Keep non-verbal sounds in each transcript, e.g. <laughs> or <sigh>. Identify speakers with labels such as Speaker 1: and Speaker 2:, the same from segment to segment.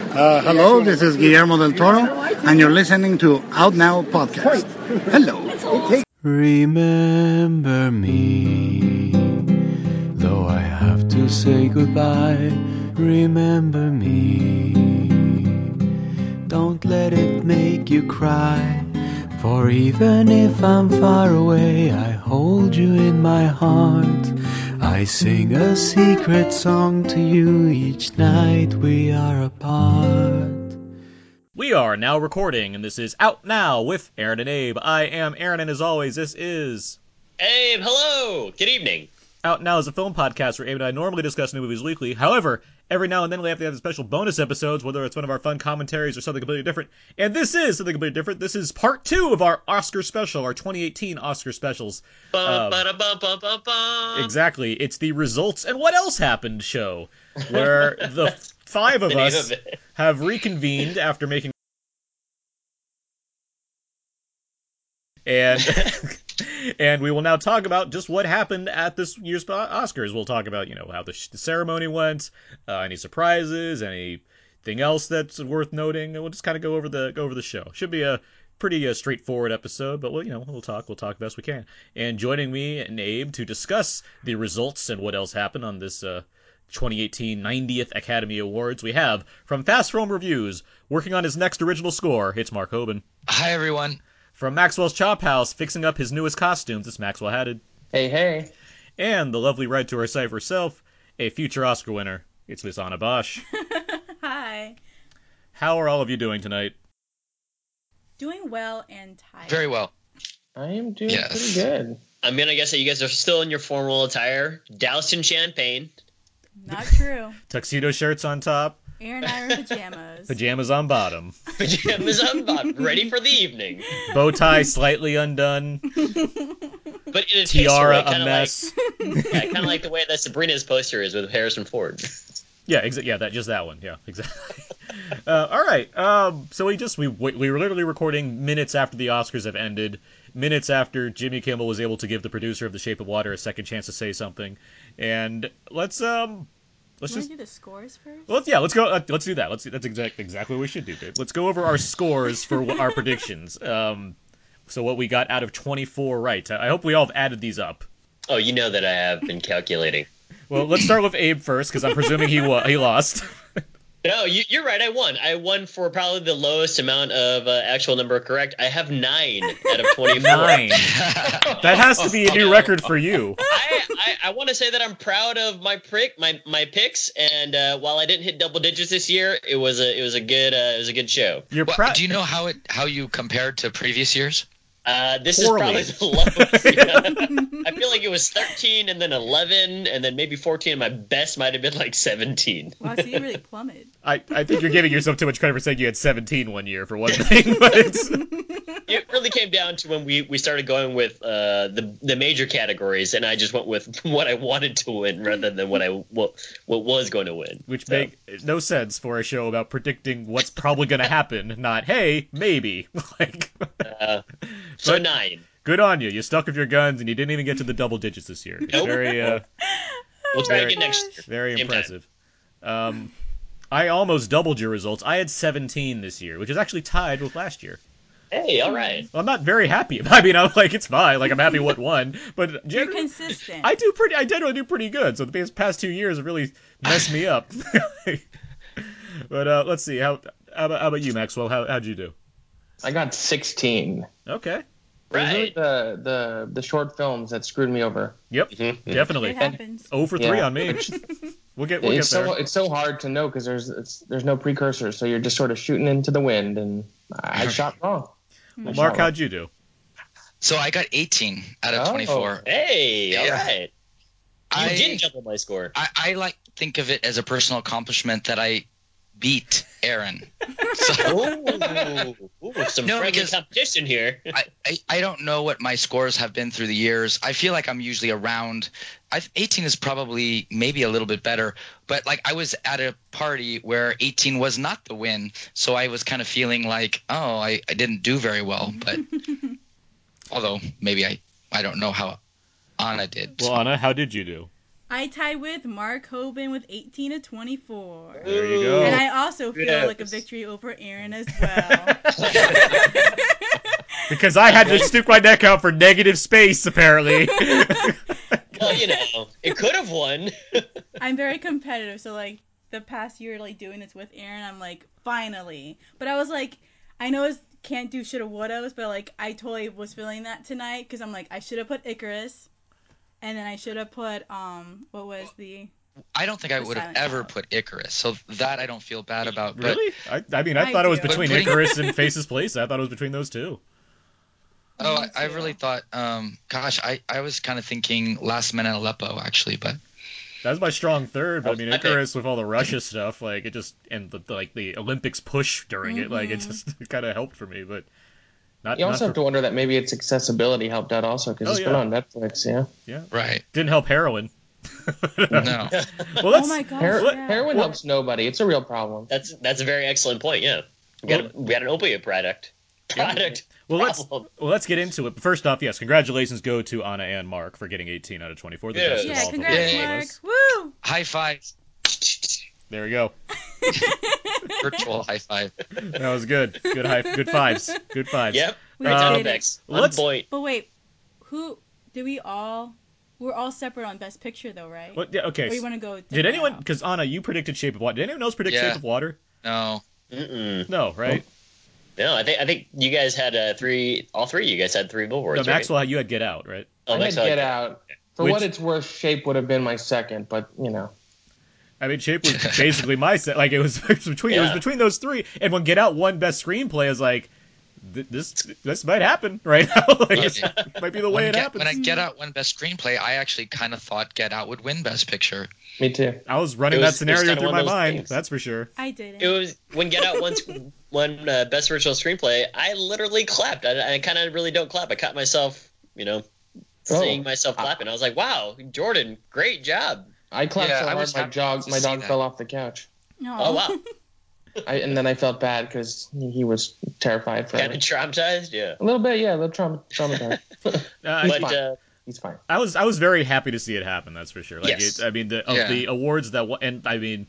Speaker 1: Uh, hello, this is Guillermo del Toro, and you're listening to Out Now Podcast. Hello.
Speaker 2: Remember me, though I have to say goodbye. Remember me. Don't let it make you cry. For even if I'm far away, I hold you in my heart. I sing a secret song to you each night we are apart.
Speaker 3: We are now recording, and this is Out Now with Aaron and Abe. I am Aaron, and as always, this is.
Speaker 4: Abe, hello. Good evening.
Speaker 3: Out Now is a film podcast where Abe and I normally discuss new movies weekly. However, every now and then we have to have special bonus episodes, whether it's one of our fun commentaries or something completely different. And this is something completely different. This is part two of our Oscar special, our 2018 Oscar specials. Um, Uh,
Speaker 4: Ba ba da ba ba ba ba.
Speaker 3: Exactly. It's the results and what else happened show, where <laughs> the five of
Speaker 4: The name
Speaker 3: us
Speaker 4: of it.
Speaker 3: have reconvened after making. And <laughs> and we will now talk about just what happened at this year's O- Oscars. We'll talk about you know how the, sh- the ceremony went, uh, any surprises, anything else that's worth noting. And we'll just kind of go over the go over the show. Should be a pretty uh, straightforward episode, but we'll you know we'll talk we'll talk best we can. And joining me and Abe to discuss the results and what else happened on this uh, 2018 90th Academy Awards, we have from Fast Film Reviews, working on his next original score. It's Mark Hoban.
Speaker 5: Hi everyone.
Speaker 3: From Maxwell's Chop House, fixing up his newest costumes. It's Maxwell Hatted.
Speaker 4: Hey, hey.
Speaker 3: And the lovely right to her side herself, a future Oscar winner. It's Miss Anna
Speaker 4: <laughs>
Speaker 3: Bosch.
Speaker 6: Hi.
Speaker 3: How are all of you doing tonight?
Speaker 6: Doing well and tired.
Speaker 5: Very well.
Speaker 7: I am doing
Speaker 5: Yes.
Speaker 7: pretty good.
Speaker 4: I'm going to guess that you guys are still in your formal attire, doused in champagne.
Speaker 6: Not true.
Speaker 3: Tuxedo shirts on top,
Speaker 6: Aaron and I are in pajamas.
Speaker 3: pajamas on bottom,
Speaker 4: Pajamas on bottom, ready for the evening.
Speaker 3: bow
Speaker 4: <laughs>
Speaker 3: tie slightly undone,
Speaker 4: But in a
Speaker 3: tiara
Speaker 4: kind
Speaker 3: a
Speaker 4: of
Speaker 3: mess.
Speaker 4: like, yeah, kind of like the way that Sabrina's poster is with Harrison Ford.
Speaker 3: Yeah, exa- yeah, that just that one. Yeah, exactly. <laughs> uh, all right. Um, so we just we we were literally recording minutes after the Oscars have ended, minutes after Jimmy Kimmel was able to give the producer of The Shape of Water a second chance to say something, and let's um let's
Speaker 6: you want
Speaker 3: just
Speaker 6: to do the scores first?
Speaker 3: let's yeah let's go uh, let's do that. Let's that's exact exactly what we should do, Dave. Let's go over our scores for wh- our predictions. Um, so what we got out of twenty four right. I I hope we all have added these up.
Speaker 4: Oh, you know that I have been calculating.
Speaker 3: Well, let's start with Abe first because I'm presuming he wa- he lost.
Speaker 4: No, you, you're right. I won. I won for probably the lowest amount of uh, actual number correct. I have nine out of 24.
Speaker 5: <laughs>
Speaker 3: Nine. That has to be a new record for you.
Speaker 4: I, I, I want to say that I'm proud of my prick my my picks, and uh, while I didn't hit double digits this year, it was a it was a good uh, it was a good show.
Speaker 3: You're
Speaker 5: Well,
Speaker 3: proud.
Speaker 5: do you know how it how you compared to previous years?
Speaker 4: Uh, this
Speaker 3: Poorly.
Speaker 4: is probably the
Speaker 3: <laughs>
Speaker 4: lowest. I feel like it was 13, and then 11, and then maybe 14. And my best might have been like 17.
Speaker 6: Wow, so you really plummeted.
Speaker 3: I, I think you're giving yourself too much credit for saying you had 17 one year for one thing. <laughs> But it's,
Speaker 4: It really came down to when we, we started going with uh, the the major categories, and I just went with <laughs> what I wanted to win rather than what I what, what was going to win.
Speaker 3: which
Speaker 4: So,
Speaker 3: make no sense for a show about predicting what's probably going to happen. Not hey, maybe. <laughs> Like,
Speaker 4: uh, so
Speaker 3: but-
Speaker 4: nine.
Speaker 3: good on you. You stuck with your guns and you didn't even get to the double digits this year. It's
Speaker 4: Nope.
Speaker 3: Very uh,
Speaker 4: We'll try
Speaker 3: Very-
Speaker 4: again next year.
Speaker 3: very
Speaker 4: Same time.
Speaker 3: impressive. Um, I almost doubled your results. I had 17 this year, which is actually tied with last year.
Speaker 4: Hey, all right.
Speaker 3: Well, I'm not very happy. <laughs> I mean, I'm like it's fine. Like I'm happy what won, but
Speaker 6: You're
Speaker 3: generally,
Speaker 6: consistent.
Speaker 3: I do pretty. I generally do pretty good. So the past- past two years have really messed me <laughs> up. but uh, let's see how how about, how about you, Maxwell? How how'd you do?
Speaker 7: I got 16.
Speaker 3: Okay.
Speaker 7: It was really
Speaker 4: Right.
Speaker 7: the, the the short films that screwed me over.
Speaker 3: Yep.
Speaker 6: It
Speaker 3: Definitely.
Speaker 6: happens.
Speaker 3: Oh for three
Speaker 7: Yeah.
Speaker 3: on
Speaker 7: <laughs>
Speaker 3: me. We'll get we'll get
Speaker 7: it's so
Speaker 3: there.
Speaker 7: it's so hard to know because there's it's, there's no precursor, so you're just sort of shooting into the wind. And
Speaker 3: <laughs>
Speaker 7: I shot wrong.
Speaker 3: Well, Mark, how'd you do?
Speaker 5: So I got 18 out of
Speaker 7: Oh.
Speaker 5: 24.
Speaker 4: Hey, all
Speaker 5: Yeah.
Speaker 4: right. You
Speaker 5: I,
Speaker 4: did double my score.
Speaker 5: I I like think of it as a personal accomplishment that I beat Aaron. so
Speaker 4: Ooh, <laughs> ooh, some
Speaker 5: No,
Speaker 4: friendly
Speaker 5: because-
Speaker 4: competition here. <laughs>
Speaker 5: I, I I don't know what my scores have been through the years. I feel like I'm usually around. I 18 is probably maybe a little bit better, but like I was at a party where 18 was not the win, so I was kind of feeling like, oh, I, I didn't do very well. But although maybe I I don't know how Anna did.
Speaker 3: Well, Anna, how did you do?
Speaker 6: I tie with Mark Hoban with 18 to 24.
Speaker 3: There you go.
Speaker 6: And I also feel like a
Speaker 4: Yes.
Speaker 6: victory over Aaron as well.
Speaker 3: Because I
Speaker 7: <laughs>
Speaker 3: had to stick my neck out for negative space, apparently. <laughs>
Speaker 4: Well, you know, it could have won.
Speaker 6: I'm very competitive, so like the past year, like doing this with Aaron, I'm like finally. But I was like, I know it's can't do shoulda wouldas, but like I totally was feeling that tonight because I'm like I should have put Icarus, and then I should have put um what was the
Speaker 5: I don't think I
Speaker 6: The
Speaker 5: would have
Speaker 6: silent
Speaker 5: ever
Speaker 6: vote.
Speaker 5: put Icarus, so that I don't feel bad about. But
Speaker 3: really? I, I mean, I,
Speaker 6: I
Speaker 3: thought it was
Speaker 6: do.
Speaker 3: between
Speaker 5: But-
Speaker 3: Icarus and Faces Place. I thought it was between those two.
Speaker 5: oh,
Speaker 6: Me
Speaker 5: I, I
Speaker 6: too.
Speaker 5: really thought. Um, gosh, I, I was kind of thinking last minute Aleppo actually, but
Speaker 3: That was my strong third, but I mean,
Speaker 4: I think-
Speaker 3: Icarus with all the Russia stuff, like it just and the like the Olympics push during it, like it
Speaker 6: Mm-hmm.
Speaker 3: just <laughs> kind of helped for me, but not,
Speaker 7: You
Speaker 3: not
Speaker 7: also have
Speaker 3: for-
Speaker 7: to wonder that maybe its accessibility helped out also because
Speaker 3: Oh,
Speaker 7: it's been
Speaker 3: yeah.
Speaker 7: on Netflix. Yeah,
Speaker 3: <laughs>
Speaker 5: right.
Speaker 3: didn't help heroin. <laughs>
Speaker 5: No.
Speaker 3: Well,
Speaker 6: oh
Speaker 3: that's
Speaker 6: my gosh
Speaker 7: Her-
Speaker 6: yeah.
Speaker 7: heroin helps nobody. It's a real problem.
Speaker 4: That's that's a very excellent point. Yeah, we got, a, we got an opiate product. Product.
Speaker 3: well, let's
Speaker 4: problem.
Speaker 3: well let's get into it. But first off, yes, congratulations go to Anna and Mark for getting 18 out of 24. The
Speaker 4: Yeah.
Speaker 3: best of all
Speaker 6: yeah
Speaker 3: of the
Speaker 6: congrats
Speaker 3: Last of
Speaker 6: Mark
Speaker 3: Us.
Speaker 6: woo <laughs>
Speaker 5: High five,
Speaker 3: There we go.
Speaker 5: virtual high five.
Speaker 3: That was good. Good high. Good fives. Good fives.
Speaker 4: Yep.
Speaker 6: we
Speaker 3: Um,
Speaker 6: did it
Speaker 4: Products. On
Speaker 3: let's-
Speaker 4: point.
Speaker 6: but wait who did we all we're all separate on Best Picture though right
Speaker 3: What, yeah, okay.
Speaker 6: or you want to go
Speaker 3: Did
Speaker 6: now?
Speaker 3: anyone? Because Anna, you predicted Shape of Water. Did anyone else predict
Speaker 5: Yeah.
Speaker 3: Shape of Water?
Speaker 5: No.
Speaker 4: Mm-mm.
Speaker 3: No, right?
Speaker 4: No, I think I think you guys had uh, three. All three. of You guys had three
Speaker 3: No,
Speaker 4: billboards.
Speaker 3: Maxwell, you had Get Out, right?
Speaker 4: Right? Oh,
Speaker 7: I had
Speaker 4: Maxwell
Speaker 7: Get Out. For
Speaker 3: Which-
Speaker 7: what it's worth, Shape would have been my second, but you know,
Speaker 3: I mean,
Speaker 4: <laughs>
Speaker 3: Shape was basically my set. Like it was, <laughs> it was between it was
Speaker 4: Yeah.
Speaker 3: between those three, and when Get Out won Best Screenplay, I was like, th- this this might happen <laughs> right now. like, it's- might be the way
Speaker 5: When,
Speaker 3: it
Speaker 5: get,
Speaker 3: happens.
Speaker 5: when I get out one best screenplay, I actually kind of thought Get Out would win best picture.
Speaker 7: me too.
Speaker 3: I was running
Speaker 4: It
Speaker 3: that
Speaker 4: was- it
Speaker 3: scenario
Speaker 4: was kinda
Speaker 3: through
Speaker 4: one
Speaker 3: my
Speaker 4: of those
Speaker 3: mind.
Speaker 4: things.
Speaker 3: That's for sure.
Speaker 6: I didn't
Speaker 4: It was when Get Out once won uh, best virtual screenplay. I literally clapped. I, I kind of really don't clap. I caught myself, you know,
Speaker 7: Oh.
Speaker 4: seeing
Speaker 5: Ah.
Speaker 4: myself clapping. I was like, "Wow, Jordan, great job!"
Speaker 7: I clapped
Speaker 5: Yeah,
Speaker 7: so
Speaker 5: I
Speaker 7: hard
Speaker 5: was
Speaker 7: my
Speaker 5: happy
Speaker 7: dog
Speaker 5: to
Speaker 7: my
Speaker 5: see
Speaker 7: dog
Speaker 5: that.
Speaker 7: fell off the couch.
Speaker 6: no
Speaker 4: Oh
Speaker 5: <laughs>
Speaker 4: wow,
Speaker 7: I, and then I felt bad because he was terrified for
Speaker 4: kind of
Speaker 7: a
Speaker 4: traumatized. Yeah,
Speaker 7: little bit. Yeah, a little trauma, traumatized.
Speaker 3: Uh, I-
Speaker 4: but
Speaker 7: fine.
Speaker 4: uh,
Speaker 7: He's fine.
Speaker 3: I was I was very happy to see it happen. That's for sure. Like
Speaker 5: Yes.
Speaker 3: it, I mean, the, of
Speaker 5: Yeah.
Speaker 3: the awards that wa- and I mean,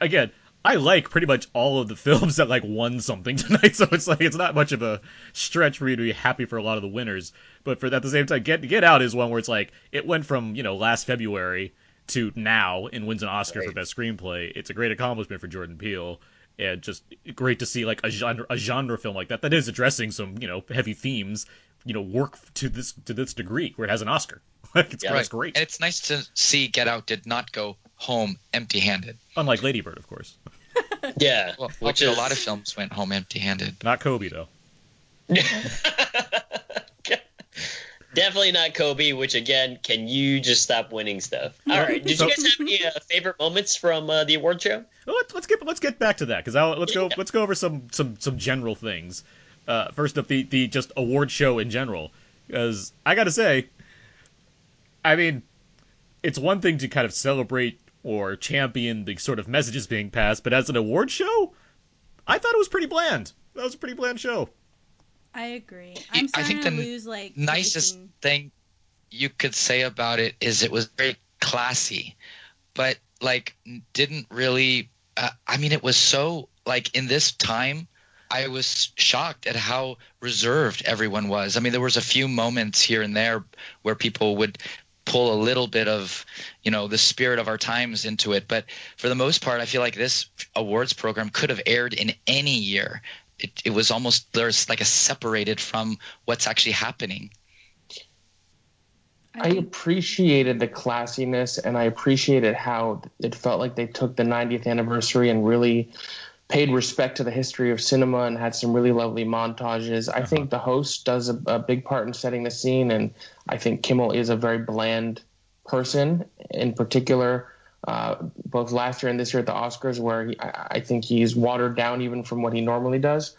Speaker 3: again, I like pretty much all of the <laughs> films that like won something <laughs> tonight. So it's like it's not much of a stretch for you to be happy for a lot of the winners. But for at the same time, Get Get Out is one where it's like it went from you know last February to now and wins an Oscar for
Speaker 5: Right.
Speaker 3: best screenplay. It's a great accomplishment for Jordan Peele. And just great to see like a genre a genre film like that that is addressing some you know heavy themes you know work to this to this degree where it has an Oscar <laughs> like it's,
Speaker 4: Yeah,
Speaker 3: that's great
Speaker 5: And it's nice to see Get Out did not go home empty-handed.
Speaker 3: Unlike Lady Bird, of course.
Speaker 4: yeah,
Speaker 5: <laughs> Well,
Speaker 4: which
Speaker 5: a
Speaker 4: is
Speaker 5: lot of films went home empty-handed.
Speaker 3: Not Kobe though.
Speaker 4: definitely not Kobe. Which again, can you just stop winning stuff? All right, did
Speaker 3: so-
Speaker 4: you guys have any uh, favorite moments from uh, the award show?
Speaker 3: Well, let's, let's get let's get back to that because let's go let's go over some some some general things. Uh, first up, the the just award show in general, because I gotta say, I mean, it's one thing to kind of celebrate or champion the sort of messages being passed, but as an award show, I thought it was pretty bland. That was a pretty bland show.
Speaker 6: I agree.
Speaker 5: I-
Speaker 6: I'm
Speaker 5: I
Speaker 6: starting
Speaker 5: think
Speaker 6: to
Speaker 5: the
Speaker 6: lose like
Speaker 5: Nicest
Speaker 6: Jason.
Speaker 5: thing you could say about it is it was very classy, but like didn't really. Uh, I mean, it was so like in this time. I was shocked at how reserved everyone was. I mean, there was a few moments here and there where people would pull a little bit of, you know, the spirit of our times into it, but for the most part, I feel like this awards program could have aired in any year. It, it was almost there's like a separated from what's actually happening.
Speaker 7: I appreciated the classiness and I appreciated how it felt like they took the 90th anniversary and really paid respect to the history of cinema and had some really lovely montages. I think the host does a, a big part in setting the scene, and I think Kimmel is a very bland person in particular. Uh, both last year and this year at the Oscars, where he, I, I think he's watered down even from what he normally does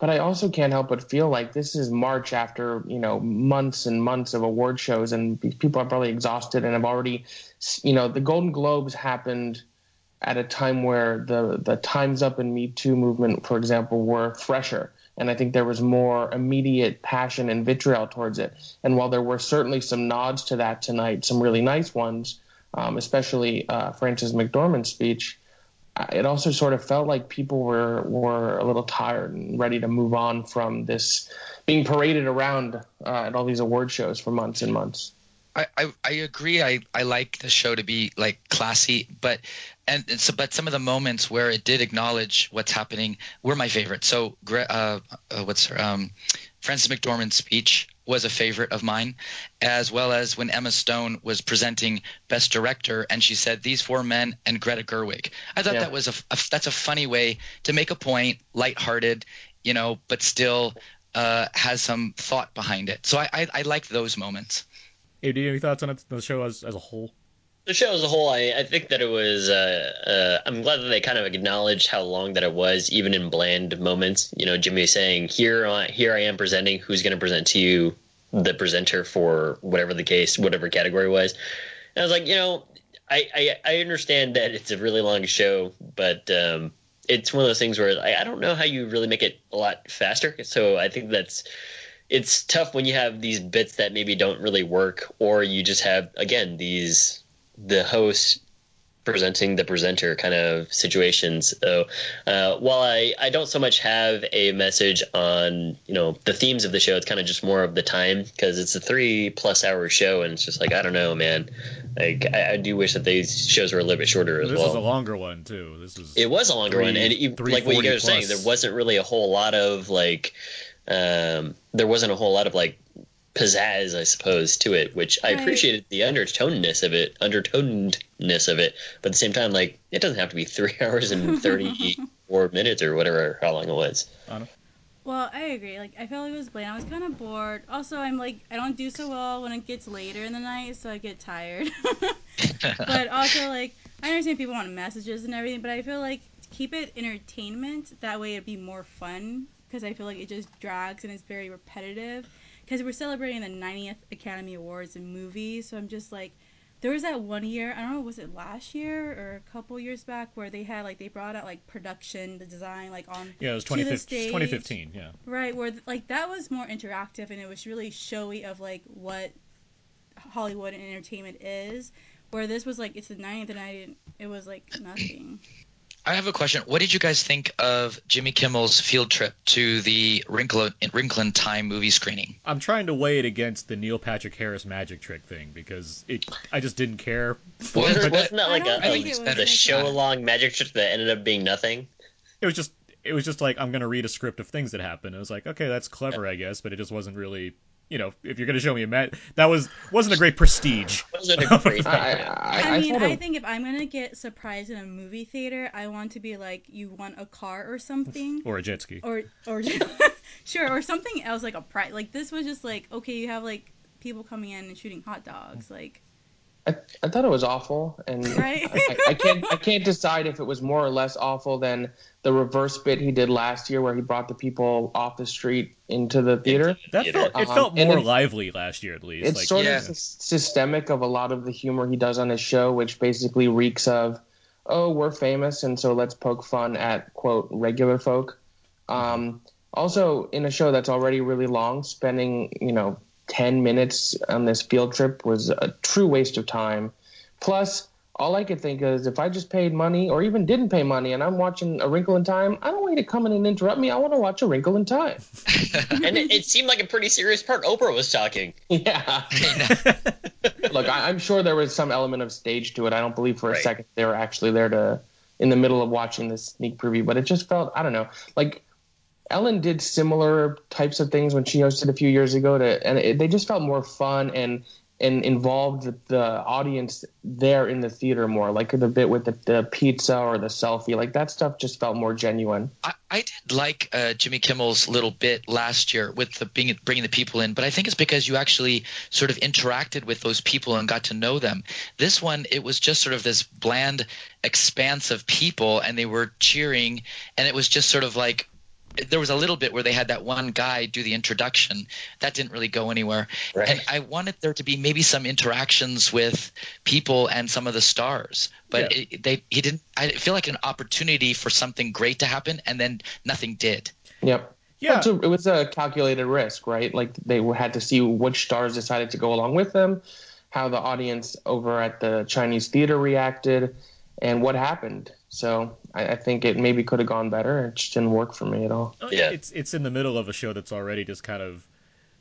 Speaker 7: but I also can't help but feel like this is March after you know months and months of award shows, and these people are probably exhausted and have already, you know, the Golden Globes happened at a time where the the Times Up and Me Too movement, for example, were fresher, and I think there was more immediate passion and vitriol towards it. And while there were certainly some nods to that tonight, some really nice ones, um, especially uh, Francis McDormand's speech, I- it also sort of felt like people were were a little tired and ready to move on from this being paraded around uh, at all these award shows for months and months.
Speaker 5: I, I, I agree. I, I like the show to be like classy, but and, and so but some of the moments where it did acknowledge what's happening were my favorite. So Gre- uh, uh, what's her, um, Frances McDormand's speech was a favorite of mine, as well as when Emma Stone was presenting Best Director and she said these four men and Greta Gerwig. I thought
Speaker 7: Yeah.
Speaker 5: that was a, a that's a funny way to make a point, lighthearted, you know, but still uh, has some thought behind it. So I I, I like those moments.
Speaker 3: Hey, do you have any thoughts on it, the show as, as a whole?
Speaker 4: the show as a whole, I, I think that it was. Uh, uh, I'm glad that they kind of acknowledged how long that it was, even in bland moments. You know, Jimmy was saying, "Here, on, here I am presenting. Who's going to present to you, the presenter for whatever the case, whatever category was." And I was like, you know, I, I, I understand that it's a really long show, but um, it's one of those things where I, I don't know how you really make it a lot faster. So I think that's it's tough when you have these bits that maybe don't really work, or you just have again these the host presenting the presenter kind of situations. So uh, while I, I don't so much have a message on you know the themes of the show, it's kind of just more of the time because it's a three plus hour show, and it's just like I don't know, man. Like I, I do wish that these shows were a little bit shorter as
Speaker 3: This
Speaker 4: well.
Speaker 3: was a longer one too. This was
Speaker 4: It was a longer
Speaker 3: Three-
Speaker 4: one, and it, like what you
Speaker 3: 340
Speaker 4: guys were saying,
Speaker 3: plus.
Speaker 4: there wasn't really a whole lot of like, um, there wasn't a whole lot of like pizzazz, I suppose, to it. Which I
Speaker 6: Right.
Speaker 4: appreciated the undertonedness of it, undertonedness of it, but at the same time, like it doesn't have to be three <laughs> hours and thirty four minutes or whatever how long it was.
Speaker 6: Well, I agree. Like, I felt like it was bland. I was kind of bored. Also, I'm like, I don't do so well when it gets later in the night, so I get tired. <laughs> but also, like, I understand people want messages and everything, but I feel like to keep it entertainment. That way, it'd be more fun because I feel like it just drags and it's very repetitive. Because we're celebrating the 90th Academy Awards in movies, so I'm just like, there was that one year i don't know was it last year or a couple years back where they had like they brought out like production the design like on
Speaker 3: yeah, it was
Speaker 6: to the
Speaker 3: 2015,
Speaker 6: stage.
Speaker 3: 2015 Yeah,
Speaker 6: right where like that was more interactive and it was really showy of like what hollywood and entertainment is where this was like it's the 90th and i didn't it was
Speaker 7: <clears throat>
Speaker 6: like nothing
Speaker 5: I have a question. What did you guys think of Jimmy Kimmel's field trip to the Wrinkle Wrinkle in Time movie screening?
Speaker 3: I'm trying to weigh it against the Neil Patrick Harris magic trick thing because it I just didn't care.
Speaker 5: Well,
Speaker 4: Wasn't,
Speaker 5: but
Speaker 4: wasn't that
Speaker 6: I
Speaker 4: like
Speaker 6: don't
Speaker 4: a,
Speaker 6: think
Speaker 5: it
Speaker 4: a
Speaker 5: was
Speaker 4: the
Speaker 5: like
Speaker 4: show
Speaker 5: that.
Speaker 4: along magic trick that ended up being nothing?
Speaker 3: <laughs> It was just it was just like I'm gonna read a script of things that happened. It was like okay, that's clever, I guess, but it just wasn't really. You know, if you're gonna show me a mat, that was wasn't a great prestige.
Speaker 4: Wasn't it a great
Speaker 7: I, I, I,
Speaker 6: I, mean,
Speaker 7: thought
Speaker 6: I
Speaker 7: it-
Speaker 6: think if I'm gonna get surprised in a movie theater, I want to be like, you want a car or something,
Speaker 3: Or a jet ski.
Speaker 6: or or <laughs> sure, or something else like a prize. Like this was just like, okay, you have like people coming in and shooting hot dogs, like
Speaker 7: I, I thought it was awful, and
Speaker 6: <laughs> Right?
Speaker 7: I, I can't I can't decide if it was more or less awful than the reverse bit he did last year, where he brought the people off the street into the theater.
Speaker 3: That felt it
Speaker 7: Um,
Speaker 3: felt
Speaker 7: and
Speaker 3: more
Speaker 7: it-
Speaker 3: lively last year at least.
Speaker 7: It's
Speaker 3: like,
Speaker 7: sort
Speaker 5: yeah.
Speaker 7: of sys- systemic of a lot of the humor he does on his show, which basically reeks of, oh, we're famous, and so let's poke fun at quote regular folk. Um, also, in a show that's already really long, spending you know ten minutes on this field trip was a true waste of time. Plus, all I could think is if I just paid money or even didn't pay money and I'm watching A Wrinkle in Time, I don't want you to come in and interrupt me. I want to watch A Wrinkle in Time.
Speaker 4: and it, it seemed like a pretty serious part. Oprah was talking.
Speaker 7: <laughs> Yeah. Look, I, I'm sure there was some element of stage to it. I don't believe for a
Speaker 4: Right.
Speaker 7: second they were actually there to in the middle of watching this sneak preview, but it just felt I don't know like Ellen did similar types of things when she hosted a few years ago to, and it, they just felt more fun and and involved the audience there in the theater more, like the bit with the, the pizza or the selfie, like that stuff just felt more genuine.
Speaker 5: I, I did like uh, Jimmy Kimmel's little bit last year with the being, bringing the people in, but I think it's because you actually sort of interacted with those people and got to know them. This one, it was just sort of this bland expanse of people, and they were cheering, and it was just sort of like there was a little bit where they had that one guy do the introduction that didn't really go anywhere
Speaker 4: Right.
Speaker 5: and i wanted there to be maybe some interactions with people and some of the stars but
Speaker 3: Yeah.
Speaker 5: it, they he didn't i feel like an opportunity for something great to happen and then nothing did
Speaker 7: Yep.
Speaker 3: yeah,
Speaker 7: It's a- it was a calculated risk, right? Like they had to see which stars decided to go along with them, how the audience over at the Chinese theater reacted, and what happened. So I, I think it maybe could have gone better. It just didn't work for me at all.
Speaker 3: Oh,
Speaker 4: Yeah.
Speaker 3: It's it's in the middle of a show that's already just kind of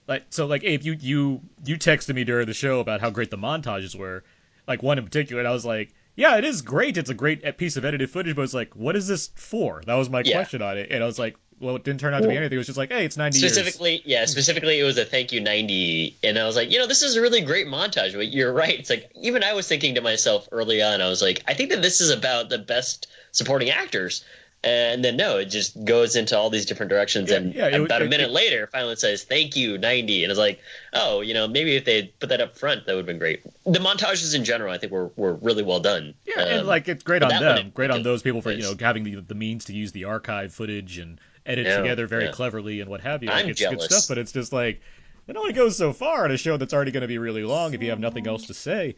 Speaker 3: like so like Abe, you you you texted me during the show about how great the montages were, like one in particular, and I was like, yeah, it is great. It's a great uh, piece of edited footage, but it's like, what is this for? That was my
Speaker 4: Yeah.
Speaker 3: question on it, and I was like, well, it didn't turn out to be anything. It was just like, hey, it's ninety years.
Speaker 4: Specifically, yeah, specifically it was a thank you 90 and I was like, you know, this is a really great montage, but you're right. It's like even I was thinking to myself early on, I was like, I think that this is about the best supporting actors. And then no, it just goes into all these different directions
Speaker 3: Yeah,
Speaker 4: and
Speaker 3: yeah, it-
Speaker 4: about
Speaker 3: it-
Speaker 4: a minute
Speaker 3: it-
Speaker 4: later finally it says thank you 90 and it's like, oh, you know, maybe if they had put that up front that would have been great. The montages in general I think were were really well done.
Speaker 3: Yeah, and
Speaker 4: Um,
Speaker 3: like it's great
Speaker 4: but
Speaker 3: on
Speaker 4: that one
Speaker 3: them,
Speaker 4: in
Speaker 3: great on
Speaker 4: particular
Speaker 3: those people for you
Speaker 4: is-
Speaker 3: know having the, the means to use the archive footage and edit
Speaker 4: Yeah,
Speaker 3: together very
Speaker 4: yeah.
Speaker 3: cleverly and what have you.
Speaker 4: I'm
Speaker 3: Like, it's good
Speaker 4: jealous.
Speaker 3: stuff, but it's just like it only goes so far in a show that's already going to be really long if you have nothing else to say.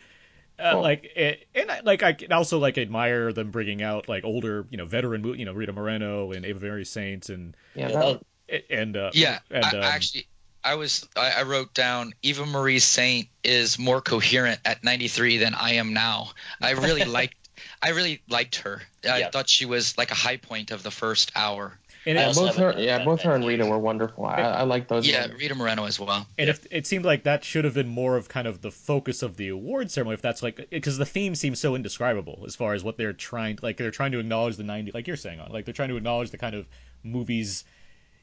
Speaker 3: Uh,
Speaker 7: Well-
Speaker 3: like it, and I, like I can also like admire them bringing out like older you know veteran mo- you know Rita Moreno and Ava Mary Saint and
Speaker 7: Yeah,
Speaker 4: Yeah,
Speaker 7: that,
Speaker 3: and uh,
Speaker 5: Yeah,
Speaker 3: and
Speaker 5: I,
Speaker 3: um,
Speaker 5: I actually, I was, I, I wrote down Eva Marie Saint is more coherent at 93 than I am now. I <laughs> really liked, I really liked her. I
Speaker 4: Yeah.
Speaker 5: thought she was like a high point of the first hour.
Speaker 3: and
Speaker 4: I
Speaker 3: it-
Speaker 7: yeah,
Speaker 4: also
Speaker 7: both her,
Speaker 4: haven't done
Speaker 7: yeah,
Speaker 4: that
Speaker 7: both her
Speaker 4: many
Speaker 7: and Rita
Speaker 4: years.
Speaker 7: were wonderful. I, I like those.
Speaker 5: Yeah,
Speaker 7: moments.
Speaker 5: Rita Moreno as well.
Speaker 3: And if it seemed like that should have been more of kind of the focus of the award ceremony, if that's like because the theme seems so indescribable as far as what they're trying, like they're trying to acknowledge the ninety, like you're saying on, like they're trying to acknowledge the kind of movies,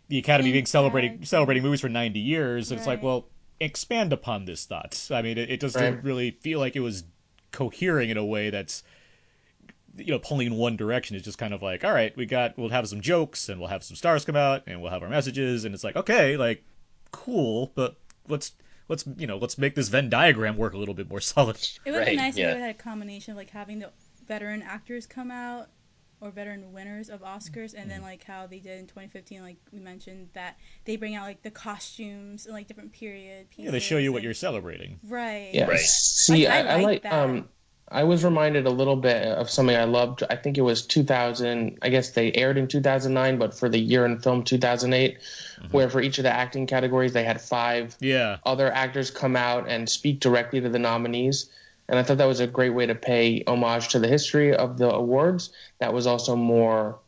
Speaker 3: the Academy being celebrating
Speaker 6: Exactly.
Speaker 3: celebrating movies for ninety years, and it's like,
Speaker 6: Right.
Speaker 3: well, expand upon this thoughts. I mean, it, it just didn't
Speaker 7: Right.
Speaker 3: really feel like it was cohering in a way that's you know pulling in one direction. It's just kind of like, all right, we got we'll have some jokes and we'll have some stars come out and we'll have our messages, and it's like, okay, like cool, but let's let's you know let's make this Venn diagram work a little bit more <laughs> solid.
Speaker 6: It would have
Speaker 4: Right,
Speaker 6: been nice
Speaker 4: yeah.
Speaker 6: if they had a combination of like having the veteran actors come out or veteran winners of Oscars, and then like how they did in 2015, like we mentioned that they bring out like the costumes and like different period pieces.
Speaker 3: Yeah, they show you what
Speaker 6: and-
Speaker 3: you're celebrating.
Speaker 6: right.
Speaker 7: Yeah.
Speaker 4: Right.
Speaker 7: See,
Speaker 6: I- I
Speaker 7: I, I,
Speaker 6: like
Speaker 7: like.
Speaker 6: that.
Speaker 7: Um, I was reminded a little bit of something I loved. I think it was 2000. I guess they aired in 2009, but for the year in film 2008, where for each of the acting categories they had five
Speaker 3: Yeah,
Speaker 7: other actors come out and speak directly to the nominees. And I thought that was a great way to pay homage to the history of the awards. That was also more,